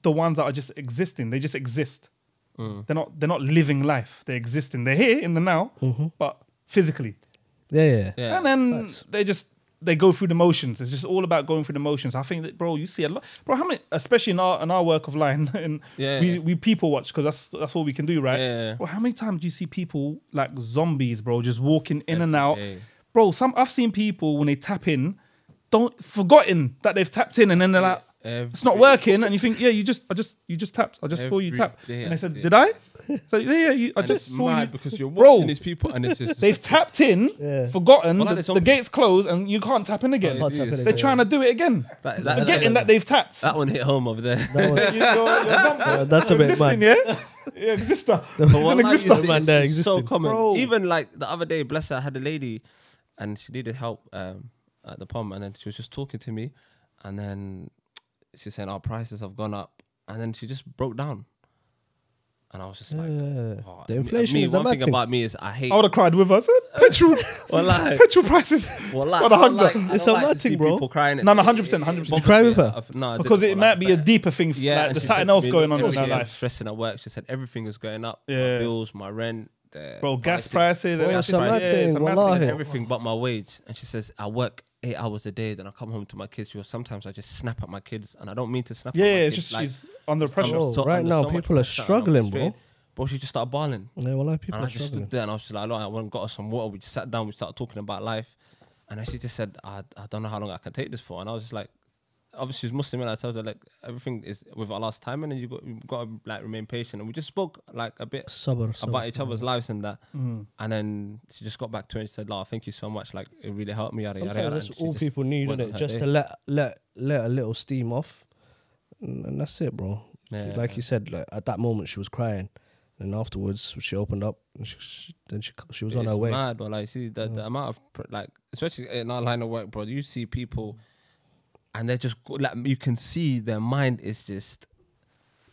S3: the ones that are just existing. They just exist.
S1: Mm.
S3: They're not. They're not living life. They're existing. They're here in the now, but physically.
S2: Yeah. Yeah.
S1: Yeah.
S3: And then
S2: Facts.
S3: they just they go through the motions. It's just all about going through the motions. I think that, bro, you see a lot, bro. How many, especially in our in our work of line, and
S1: Yeah.
S3: we we people watch because that's that's all we can do, right?
S1: Yeah.
S3: Bro, how many times do you see people like zombies, bro, just walking in
S1: Every
S3: and out,
S1: day.
S3: bro? Some I've seen people when they tap in, don't forgotten that they've tapped in, and then they're like. It's not
S1: Every-
S3: working, and you think, yeah, you just, I just, you just tapped. I just saw you
S1: Every
S3: tap,
S1: day
S3: and I
S1: I
S3: said,
S1: see it.
S3: did I? So yeah, yeah, you, I
S1: And
S3: just
S1: it's
S3: saw you
S1: mad because you're
S3: Bro.
S1: watching these people and it's just
S3: They've tapped in,
S2: Yeah.
S3: forgotten,
S1: Well, like
S3: the,
S1: the
S3: the
S1: zombies.
S3: gate's closed, and you can't tap in again.
S1: Yeah,
S2: Can't tap in
S1: They're
S3: They're
S2: again.
S3: trying to do it again,
S1: that, that,
S3: forgetting that they've tapped.
S1: that one hit home over there.
S2: That one-
S3: You- you're- you're zom-
S2: uh, That's a bit
S3: existing,
S2: mad.
S3: yeah? yeah, exister.
S1: But
S3: It's
S1: what
S3: an
S1: lies
S3: exister.
S1: is it?
S2: Man, they're
S1: It's so
S2: existing.
S1: common.
S3: Bro.
S1: Even like the other day, bless her, I had a lady, and she needed help um, at the pump, and then she was just talking to me, and then she's saying our prices have gone up, and then she just broke down, and I was just like,
S2: Yeah.
S1: oh,
S2: The
S1: me-
S2: inflation
S1: me,
S2: is a
S1: one
S2: bad
S1: thing
S2: thing.
S1: about me is I hate.
S3: I would have cried with us. Eh? Petrol,
S1: Wallahi.
S3: petrol prices.
S1: Wallahi,
S3: on a
S1: I don't
S3: hundred.
S1: like, I
S2: It's
S1: don't
S2: a
S1: like
S2: mad
S1: to
S2: thing,
S1: see
S2: bro.
S1: people crying.
S3: No, no, 100%,
S1: It
S3: 100%.
S1: bothered
S2: You cry with
S1: me.
S2: her?
S1: I've- No, I didn't,
S3: Because it
S1: wallahi,
S3: might be a
S1: but-
S3: deeper thing, yeah, like
S1: and
S3: there's
S1: she
S3: something
S1: said
S3: else
S1: me
S3: going on in
S1: literally
S3: our
S1: I'm
S3: life.
S1: Stressing at work, she said everything is going up.
S3: Yeah.
S1: My bills, my rent, the
S3: Bro, gas prices,
S2: Bro,
S3: and
S2: it's a
S3: yeah,
S2: mad thing,
S3: it's a mad
S2: wallahi.
S3: thing.
S1: everything but my wage. And she says, I work eight hours a day, then I come home to my kids. She goes, sometimes I just snap at my kids, and I don't mean to snap.
S3: Yeah,
S1: at my
S3: it's
S1: kids.
S3: just
S1: like,
S3: she's under
S1: I'm
S3: pressure.
S2: Oh,
S1: so-
S2: right
S1: under
S2: now
S1: so much
S2: people are
S1: pressure and I'm
S2: struggling, bro.
S1: frustrated. Bro, she just started bawling.
S2: Yeah, well, like people
S1: and I
S2: are
S1: Ah, just
S2: struggling.
S1: stood there and I was just like, look, I went and got us some water. We just sat down, we started talking about life. And then she just said, I, I don't know how long I can take this for. And I was just like, obviously she's Muslim and I told her like everything is with our last time and then you got you've got to like remain patient. And we just spoke like a bit
S2: Sabr, sabr,
S1: about each
S2: sabr.
S1: other's lives and that.
S2: Mm.
S1: And then she just got back to it and she said, "Lah, thank you so much. Like it really helped me. Yada yada
S2: Sometimes
S1: yada."
S2: that's
S1: And she
S2: all
S1: just
S2: people need,
S1: went on
S2: is it?
S1: her
S2: Just
S1: day.
S2: to let let let a little steam off, and, and that's it, bro. She-
S1: Yeah.
S2: like you said, like at that moment she was crying, and afterwards she opened up, and she, she then she she was on
S1: It's
S2: her way.
S1: Mad, but like, see the, the amount of pr- like, especially in our line of work, bro. You see people, and they're just go- like you can see their mind is just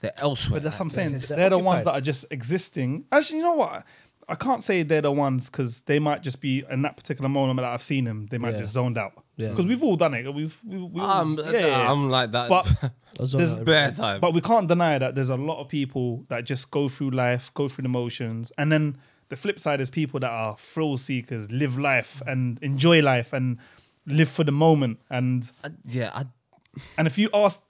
S1: they're elsewhere.
S3: But that's what I'm
S1: like,
S3: saying.
S1: they're just-
S3: They're, the ones that are just existing. Actually, you know what? I can't say they're the ones because they might just be in that particular moment that I've seen them. They might
S2: Yeah.
S3: just zoned out
S2: Yeah. Um,
S3: because we've all done it. We've, we've, we've
S1: I'm, uh,
S3: yeah, yeah, yeah.
S1: I'm like that.
S3: But
S2: I was on
S3: There's
S2: her way.
S1: bare time.
S3: but we can't deny that there's a lot of people that just go through life, go through the motions, and then the flip side is people that are thrill seekers, live life and enjoy life and live for the moment. And
S1: I- yeah, I,
S3: and if you ask,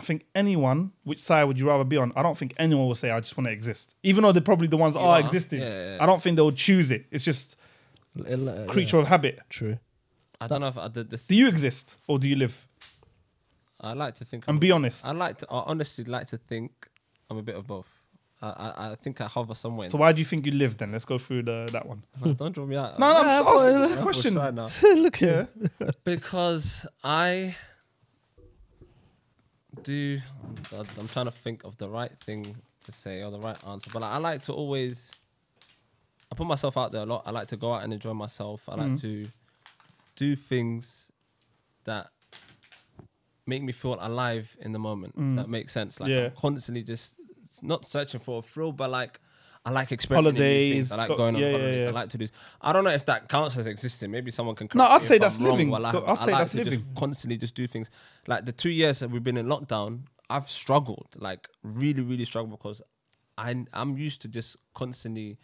S3: I think anyone, which side would you rather be on? I don't think anyone will say I just want to exist, even though they're probably the ones that are,
S1: are,
S3: existing.
S1: yeah, yeah, yeah.
S3: I don't think they'll choose it. It's just
S2: L- l- yeah,
S3: creature of habit.
S2: True.
S1: I don't know if I, the, the
S3: Do you exist or do you live?
S1: I like to think.
S3: And
S1: I'm-
S3: be honest.
S1: I like to. I honestly like to think I'm a bit of both. I, I, I think I hover somewhere.
S3: So why do you think you live then? Let's go through the that one.
S1: don't draw me out.
S3: No, no, I'm
S2: Yeah,
S3: just
S2: boy,
S3: asking the question.
S1: We'll try now.
S2: Look here.
S1: Because I do, God, I'm trying to think of the right thing to say or the right answer. But like, I like to always, I put myself out there a lot. I like to go out and enjoy myself. I like
S3: Mm.
S1: to do things that make me feel alive in the moment. if That makes sense. Like
S3: Mm. Yeah.
S1: I'm constantly just s- not searching for a thrill, but like I like experimenting. new
S3: Holidays,
S1: things. I like
S3: go-
S1: going on
S3: yeah, yeah,
S1: holidays.
S3: yeah.
S1: I like to do. I don't know if that counts as existing. Maybe someone can.
S3: No,
S1: correct
S3: I'd
S1: me
S3: say
S1: if I'm
S3: that's living.
S1: wrong,
S3: Go-
S1: wallahi,
S3: I'll
S1: but I
S3: say
S1: like
S3: that's
S1: to just
S3: living.
S1: constantly just do things. Like the two years that we've been in lockdown, I've struggled, like really, really struggled because I I'm used to just constantly.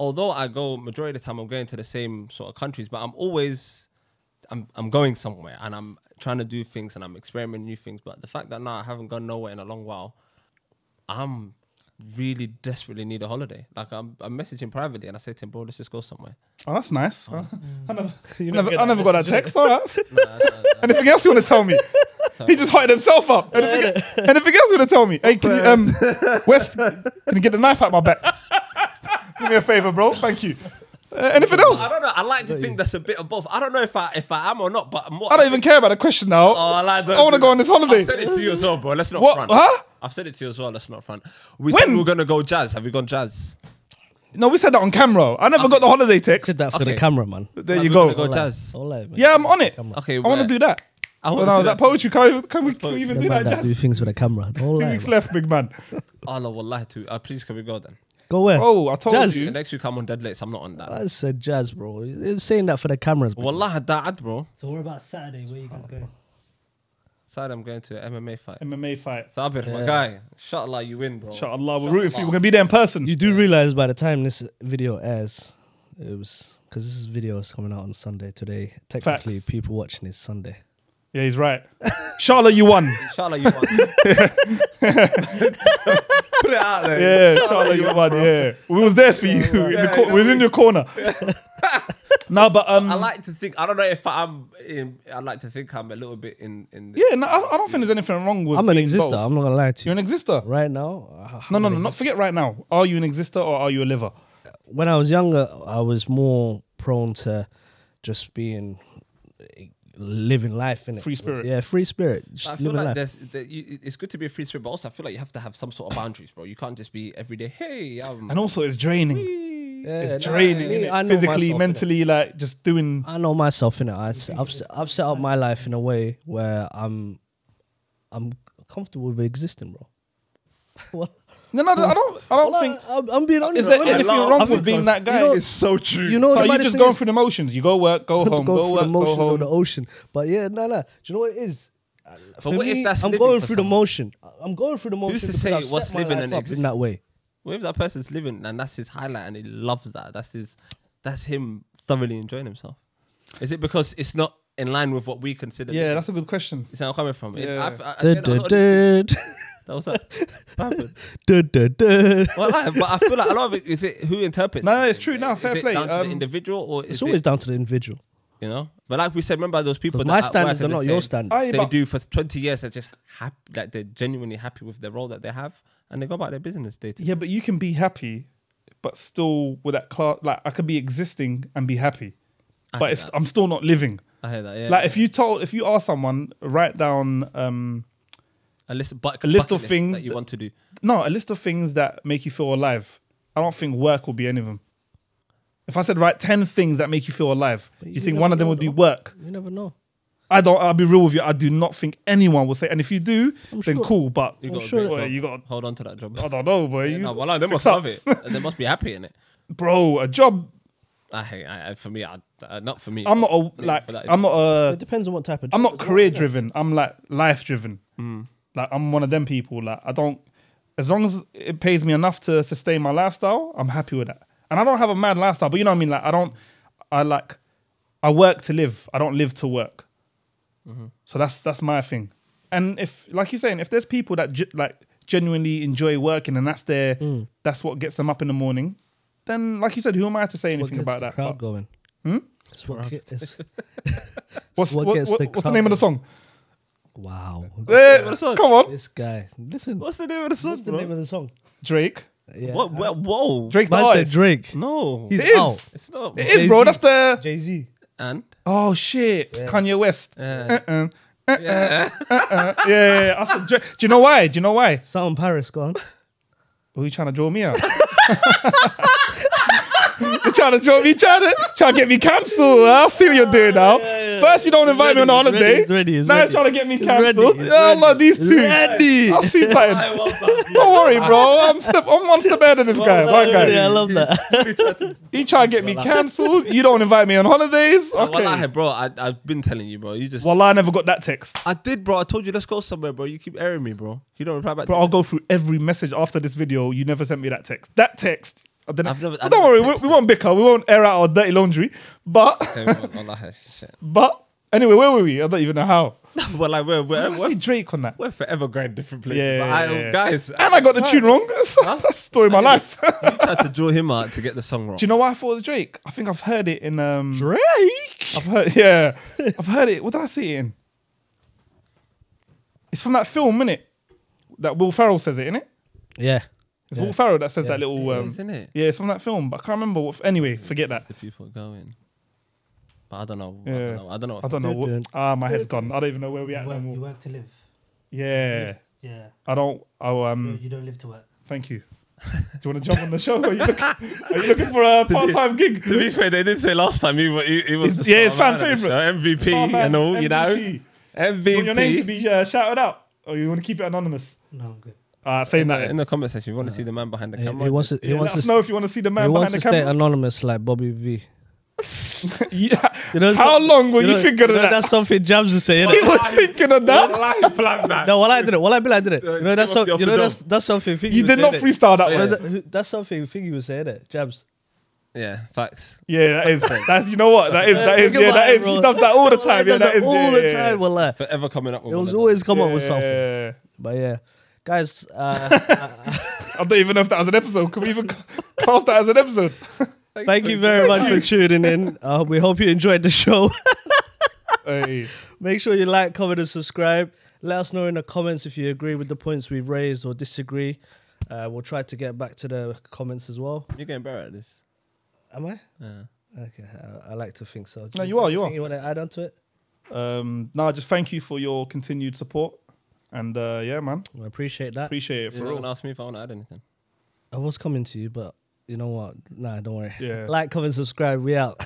S1: Although I go majority of the time, I'm going to the same sort of countries, but I'm always, I'm I'm going somewhere and I'm trying to do things and I'm experimenting new things. But the fact that now I haven't gone nowhere in a long while, I'm really desperately need a holiday. Like I'm I'm messaging privately and I say to him, bro, let's just go somewhere.
S3: Oh, that's nice. I never,
S2: never
S3: never-
S2: get
S3: I
S2: that
S3: never got that text. All right. Anything else you want to tell me? He just hotted himself up. Anything, anything else you want to tell me? Hey, can you, um, West, can you get the knife out my back? Do me a favor, bro. Thank you. Uh, anything else?
S1: I don't know. I like to think that's a bit of both. I don't know if I if I am or not, but more,
S3: I don't even care about the question now.
S1: Oh, I, like that.
S3: I wanna go on this holiday.
S1: I've said it to you as well, bro. Let's not
S3: What?
S1: front.
S3: Huh?
S1: I've said it to you as well. Let's not front. We
S3: When?
S1: said we were gonna go jazz. Have you gone jazz?
S3: no, we said that on camera. I never got the holiday text.
S2: Did that for the
S1: Okay.
S2: camera, man.
S3: There
S1: Have
S3: you
S1: we
S3: go.
S1: gonna go jazz.
S2: All right, man.
S3: Yeah, I'm on it.
S2: Camera.
S1: Okay,
S3: I want to do that.
S1: I
S3: When
S1: want
S3: I
S1: to
S3: was at poetry, can we, can we, can we even
S2: The
S3: do
S2: man
S3: that?
S2: that do
S3: Just
S2: things for the camera. All
S3: two
S2: right,
S3: weeks
S2: man.
S3: left, big man.
S1: Allah wallahi too. Uh, please can we go then?
S2: Go where?
S3: Oh, I told
S2: Jazz.
S1: Yeah,
S3: you. Uh,
S1: Next week I'm on dead late, so I'm not on that.
S2: I said jazz, bro. It's saying that for the cameras, bro.
S1: Wallahi da'ad, bro.
S4: So what about Saturday? Where you guys going?
S1: Said I'm going to an MMA fight.
S3: MMA fight.
S1: Sabir, my guy. Inshallah, you win, bro.
S3: Inshallah, we're rooting for you. We're gonna be there in person.
S2: You do realize by the time this video airs, it was because this is video is coming out on Sunday today. Technically,
S3: Facts.
S2: people watching is Sunday.
S3: Yeah, he's right. Inshallah, you won.
S1: Inshallah, you won. Put it out there.
S3: Yeah, inshallah, you won. Yeah, we was there for you. in the cor- we was in your corner. no, but um,
S1: I like to think. I don't know if I'm. In, I like to think I'm a little bit in. in the,
S3: yeah, no, I, I don't think there's anything wrong with.
S2: I'm an
S3: being
S2: exister.
S3: both.
S2: I'm not gonna lie to
S3: You're
S2: you.
S3: an exister.
S2: Right now, uh,
S3: No, no, no. Not forget right now. Are you an exister or are you a liver?
S2: when I was younger, I was more prone to just being living life in
S3: Free spirit.
S2: Yeah, free spirit. Just
S1: I feel
S2: living
S1: like
S2: life.
S1: there's, there, you, it- it's good to be a free spirit, but also I feel like you have to have some sort of boundaries, bro. You can't just be every day. Hey, um, I'm.
S3: And also, it's draining.
S2: Yeah,
S3: It's
S2: nah,
S3: draining
S2: me,
S3: innit?
S2: I know
S3: physically,
S2: myself, innit?
S3: mentally, like just doing.
S2: I know myself in it. I, have I've set up my life in a way where I'm I'm comfortable with existing, bro. well,
S3: No, no, I don't. I don't
S2: well,
S3: think.
S2: I, am I'm being honest.
S3: Is there
S2: with you.
S3: anything
S1: laugh
S3: wrong
S2: because
S3: with being that guy?
S2: you know-
S3: It's so true.
S2: you
S3: so
S2: know the
S3: you
S2: maddest
S3: just
S2: thing
S3: going
S2: is-
S3: through the motions. You go work, go home, go,
S2: go through
S3: work,
S2: the
S3: go
S2: motions
S3: home.
S2: of the ocean. But yeah, no, no. Do you know what it is? Uh,
S1: But what if that's
S2: I'm
S1: living
S2: going
S1: for
S2: through
S1: someone?
S2: the motion. I'm going through the motion.
S1: to
S2: because
S1: say
S2: I've
S1: what's
S2: set my
S1: living
S2: life
S1: and
S2: up in
S1: existing?
S2: that way?
S1: What if that person's living and that's his highlight and he loves that? That's his, that's him thoroughly enjoying himself. Is it because it's not in line with what we consider?
S3: Yeah,
S1: living?
S3: that's a good question.
S1: You see where I'm coming from? It-
S3: Yeah.
S1: I've- I- I- again,
S2: Dun,
S1: I'm
S2: dun,
S1: not-
S2: dun.
S1: That was that. What happened?
S2: Dun, dun, dun.
S1: Well, I, but I feel like a lot of it is it who interprets.
S3: No, no,
S1: these
S3: it's
S1: things,
S3: true. No,
S1: right?
S3: fair
S1: is it
S3: play.
S1: Down to
S3: Um,
S1: the individual or is
S2: It's always
S1: it,
S2: down to the individual.
S1: you know? But like we said, remember those people.
S2: But
S1: That
S2: my
S1: at work
S2: standards
S1: and
S2: are
S1: they
S2: not
S1: say
S2: your standards.
S3: Aye,
S1: They
S3: but-
S1: do for 20 years. They're just happy, like they're genuinely happy with the role that they have, and they go about their business day to
S3: Yeah, but you can be happy, but still with that class. Like I could be existing and be happy,
S1: I
S3: but
S1: hear
S3: it's,
S1: that.
S3: I'm still not living.
S1: I hear that. Yeah.
S3: like if you told, if you ask someone, write down um,
S1: a list, but,
S3: a list
S1: bucket
S3: of things
S1: that you
S3: that-
S1: want to do.
S3: no a list of things that make you feel alive. I don't think work will be any of them. If I said write ten things that make you feel alive, do you,
S2: you
S3: think
S2: never
S3: one of them
S2: know,
S3: would be
S2: though.
S3: work?
S2: You never know.
S3: I don't. I'll be real with you. I do not think anyone will say. And if you do,
S2: I'm
S3: then
S2: sure-
S3: cool. But
S1: You
S2: I'm
S1: got a
S2: sure
S1: great
S3: Boy,
S1: job.
S3: you got.
S1: hold on to that job.
S3: I don't know, boy.
S1: Yeah,
S3: Oh, you,
S1: no, well, they must
S3: fix up.
S1: love it. they must be happy in it.
S3: bro, a job.
S1: I, I, I- for me, I, uh, not for me.
S3: I'm not a
S1: Yeah,
S3: like.
S1: for that-
S3: I'm not a
S2: It depends on what type of.
S3: I'm
S2: job
S3: not
S2: as Mm. well,
S3: career
S2: innit?
S3: driven. I'm like life driven. Like I'm one of them people. Like I don't, as long as it pays me enough to sustain my lifestyle, I'm happy with that. And I don't have a mad lifestyle, but you know what I mean. Like I don't, I like, I work to live. I don't live to work.
S2: Mm-hmm.
S3: So that's that's my thing. And if, like you're saying, if there's people that ge- like genuinely enjoy working and that's their,
S2: Mm.
S3: that's what gets them up in the morning, then like you said, who am I to say
S2: What
S3: anything
S2: gets
S3: about
S2: the
S3: that?
S2: crowd
S3: But Hmm?
S2: going? It's what get- it's-
S3: What's
S2: What
S3: what-
S2: gets
S3: what-
S2: the
S3: what's the
S2: crowd
S3: name of the song?
S2: wow.
S3: Eh,
S1: What's the song?
S3: come on,
S2: This guy. Listen. What's,
S1: What's the name of the song,
S2: the
S1: bro?
S2: name of the song?
S3: Drake.
S2: Yeah.
S1: what? Well, whoa.
S3: Drake's the
S2: Man said
S3: artist.
S2: Drake.
S1: No.
S2: He's
S3: Hmm? It is.
S2: out.
S1: It's not.
S3: It is, bro. That's the
S2: Jay Z.
S1: And uh,
S3: oh shit, Kanye West.
S1: Yeah.
S3: Uh-uh. Uh-uh. Uh-uh. Yeah, yeah, yeah. I said, Dra- do you know why? Do you know why?
S2: Sound Paris gone.
S3: Who you trying to draw me out? you're trying to draw me, trying to trying to get me cancelled. I see what you're doing now. First, you don't invite me on a
S2: ready,
S3: holiday.
S2: he's ready, he's
S3: now
S2: ready.
S3: he's trying to get me
S2: He's ready,
S3: cancelled.
S2: he's
S3: Yeah,
S2: ready,
S3: Allah, these
S2: he's
S3: two.
S2: ready.
S3: I see something. Don't worry, bro. I'm step. I'm one step ahead of this guy. my guy.
S2: Yeah, I love that.
S3: He trying to get me cancelled. You don't invite me on holidays.
S1: okay.
S3: Okay.
S1: bro, I, I've been telling you, bro. You just.
S3: Wallah, I never got that text.
S1: I did, bro. I told you let's go somewhere, bro. You keep airing me, bro. You don't reply back.
S3: Bro,
S1: to
S3: I'll
S1: me.
S3: go through every message after this video. You never sent me that text. That text. I didn't,
S1: I've never-
S3: But
S1: I've
S3: don't
S1: never
S3: worry, we, we
S1: texted.
S3: won't bicker. We won't air out our dirty laundry. But
S1: Okay, well, wallahi, shit.
S3: but anyway, where were we? I don't even know how.
S1: well, like we're
S3: I
S1: we're,
S3: see
S1: we're,
S3: Drake on that.
S1: we're forever going different places.
S3: Yeah,
S1: but
S3: yeah,
S1: I,
S3: yeah, yeah.
S1: guys.
S3: And I got the tune wrong. That's the story of my life. Do
S1: You tried to draw him out to get the song wrong.
S3: you know why I thought it was Drake? I think I've heard it in um.
S2: Drake.
S3: I've heard yeah. I've heard it. What did I see it in? It's from that film, innit? That Will Ferrell says it, innit?
S2: Yeah.
S3: It's
S2: Yeah.
S3: Will Ferrell that says
S2: Yeah.
S3: that little.
S1: It
S3: Um,
S1: is, innit?
S3: Yeah, it's from that film, but I can't remember what. Anyway, forget that.
S1: the people going. But I don't know. I
S3: Yeah.
S1: don't know. I don't know.
S3: I don't know. What,
S2: Dun-dun.
S3: ah, my head's gone. I don't even know where we at.
S4: work,
S3: anymore.
S4: you work to live.
S3: Yeah,
S4: Yeah.
S3: I don't. Oh,
S4: You-
S3: um,
S4: You don't live to work.
S3: thank you. Do you want to jump on the show? Are you looking, are you looking for a part-time gig?
S1: To be fair, they did say last time he, wa- he, he was
S3: He's-
S1: the
S3: yeah, he's
S1: star
S3: fan
S1: man of the
S3: favourite.
S1: show, MVP
S3: Star man,
S1: and all, you know,
S3: MVP.
S1: MVP.
S3: Do you want your name to be uh, shouted out, or you want to keep it anonymous?
S4: No, I'm good.
S3: Uh, saying that.
S1: in the comment section, you want to see the man behind the
S2: He, he
S1: camera.
S2: wants to. He
S3: yeah,
S2: wants
S3: let us
S2: to.
S3: know if you want to see the
S2: he
S3: man behind
S2: wants to
S3: the
S2: stay
S3: camera.
S2: anonymous like Bobby V.
S3: yeah.
S2: You know, it's
S3: How
S2: not-
S3: long were you,
S2: know-
S3: thinking
S2: you
S3: of
S2: know,
S3: that?
S2: That's something Jams was saying.
S3: he was thinking of that.
S1: Wallahi, plan that.
S2: No, while I did it, while I did it. You know, that's
S1: off the-
S2: some,
S1: off the
S2: you know
S1: dome.
S2: that's that's something. Figgy
S3: You
S2: was
S3: did not
S2: saying it.
S3: freestyle that
S1: Yeah.
S2: You
S3: one.
S2: know, that- That's something Figgy was saying it. Jabs.
S1: Yeah, facts.
S3: Yeah, that is. That's you know what that is. That is.
S2: Look at
S3: Yeah, that
S2: mine,
S3: is.
S2: bro.
S3: He does that all the time.
S2: He
S3: Yeah,
S2: does
S3: that
S2: that
S3: is.
S2: all
S3: yeah,
S2: the
S3: yeah,
S2: time. Wallahi.
S1: Forever coming up with
S2: It
S1: one
S2: was
S1: of
S2: always come on with
S3: yeah.
S2: something. But yeah, guys, uh,
S3: I don't even know if that was an episode. Can we even class that as an episode?
S1: them.
S2: thank you very much for tuning in. Uh, we hope you enjoyed the show.
S3: Hey.
S2: Make sure you like, comment, and subscribe. Let us know in the comments if you agree with the points we've raised or disagree. Uh, we'll try to get back to the comments as well.
S1: You're getting better at this.
S2: Am I?
S1: Yeah.
S2: Okay, I, I like to think so.
S3: No,
S2: Is
S3: you are,
S2: there
S3: you
S2: anything
S3: are.
S2: You want to add on to it?
S3: Um, no, just thank you for your continued support. And uh, yeah, man,
S2: I appreciate that.
S3: appreciate
S1: You're
S3: it for
S1: not
S3: real.
S1: gonna ask me if I want to add anything.
S2: I was coming to you, but you know what? Nah, don't worry.
S3: Yeah.
S2: Like, comment, subscribe. We out.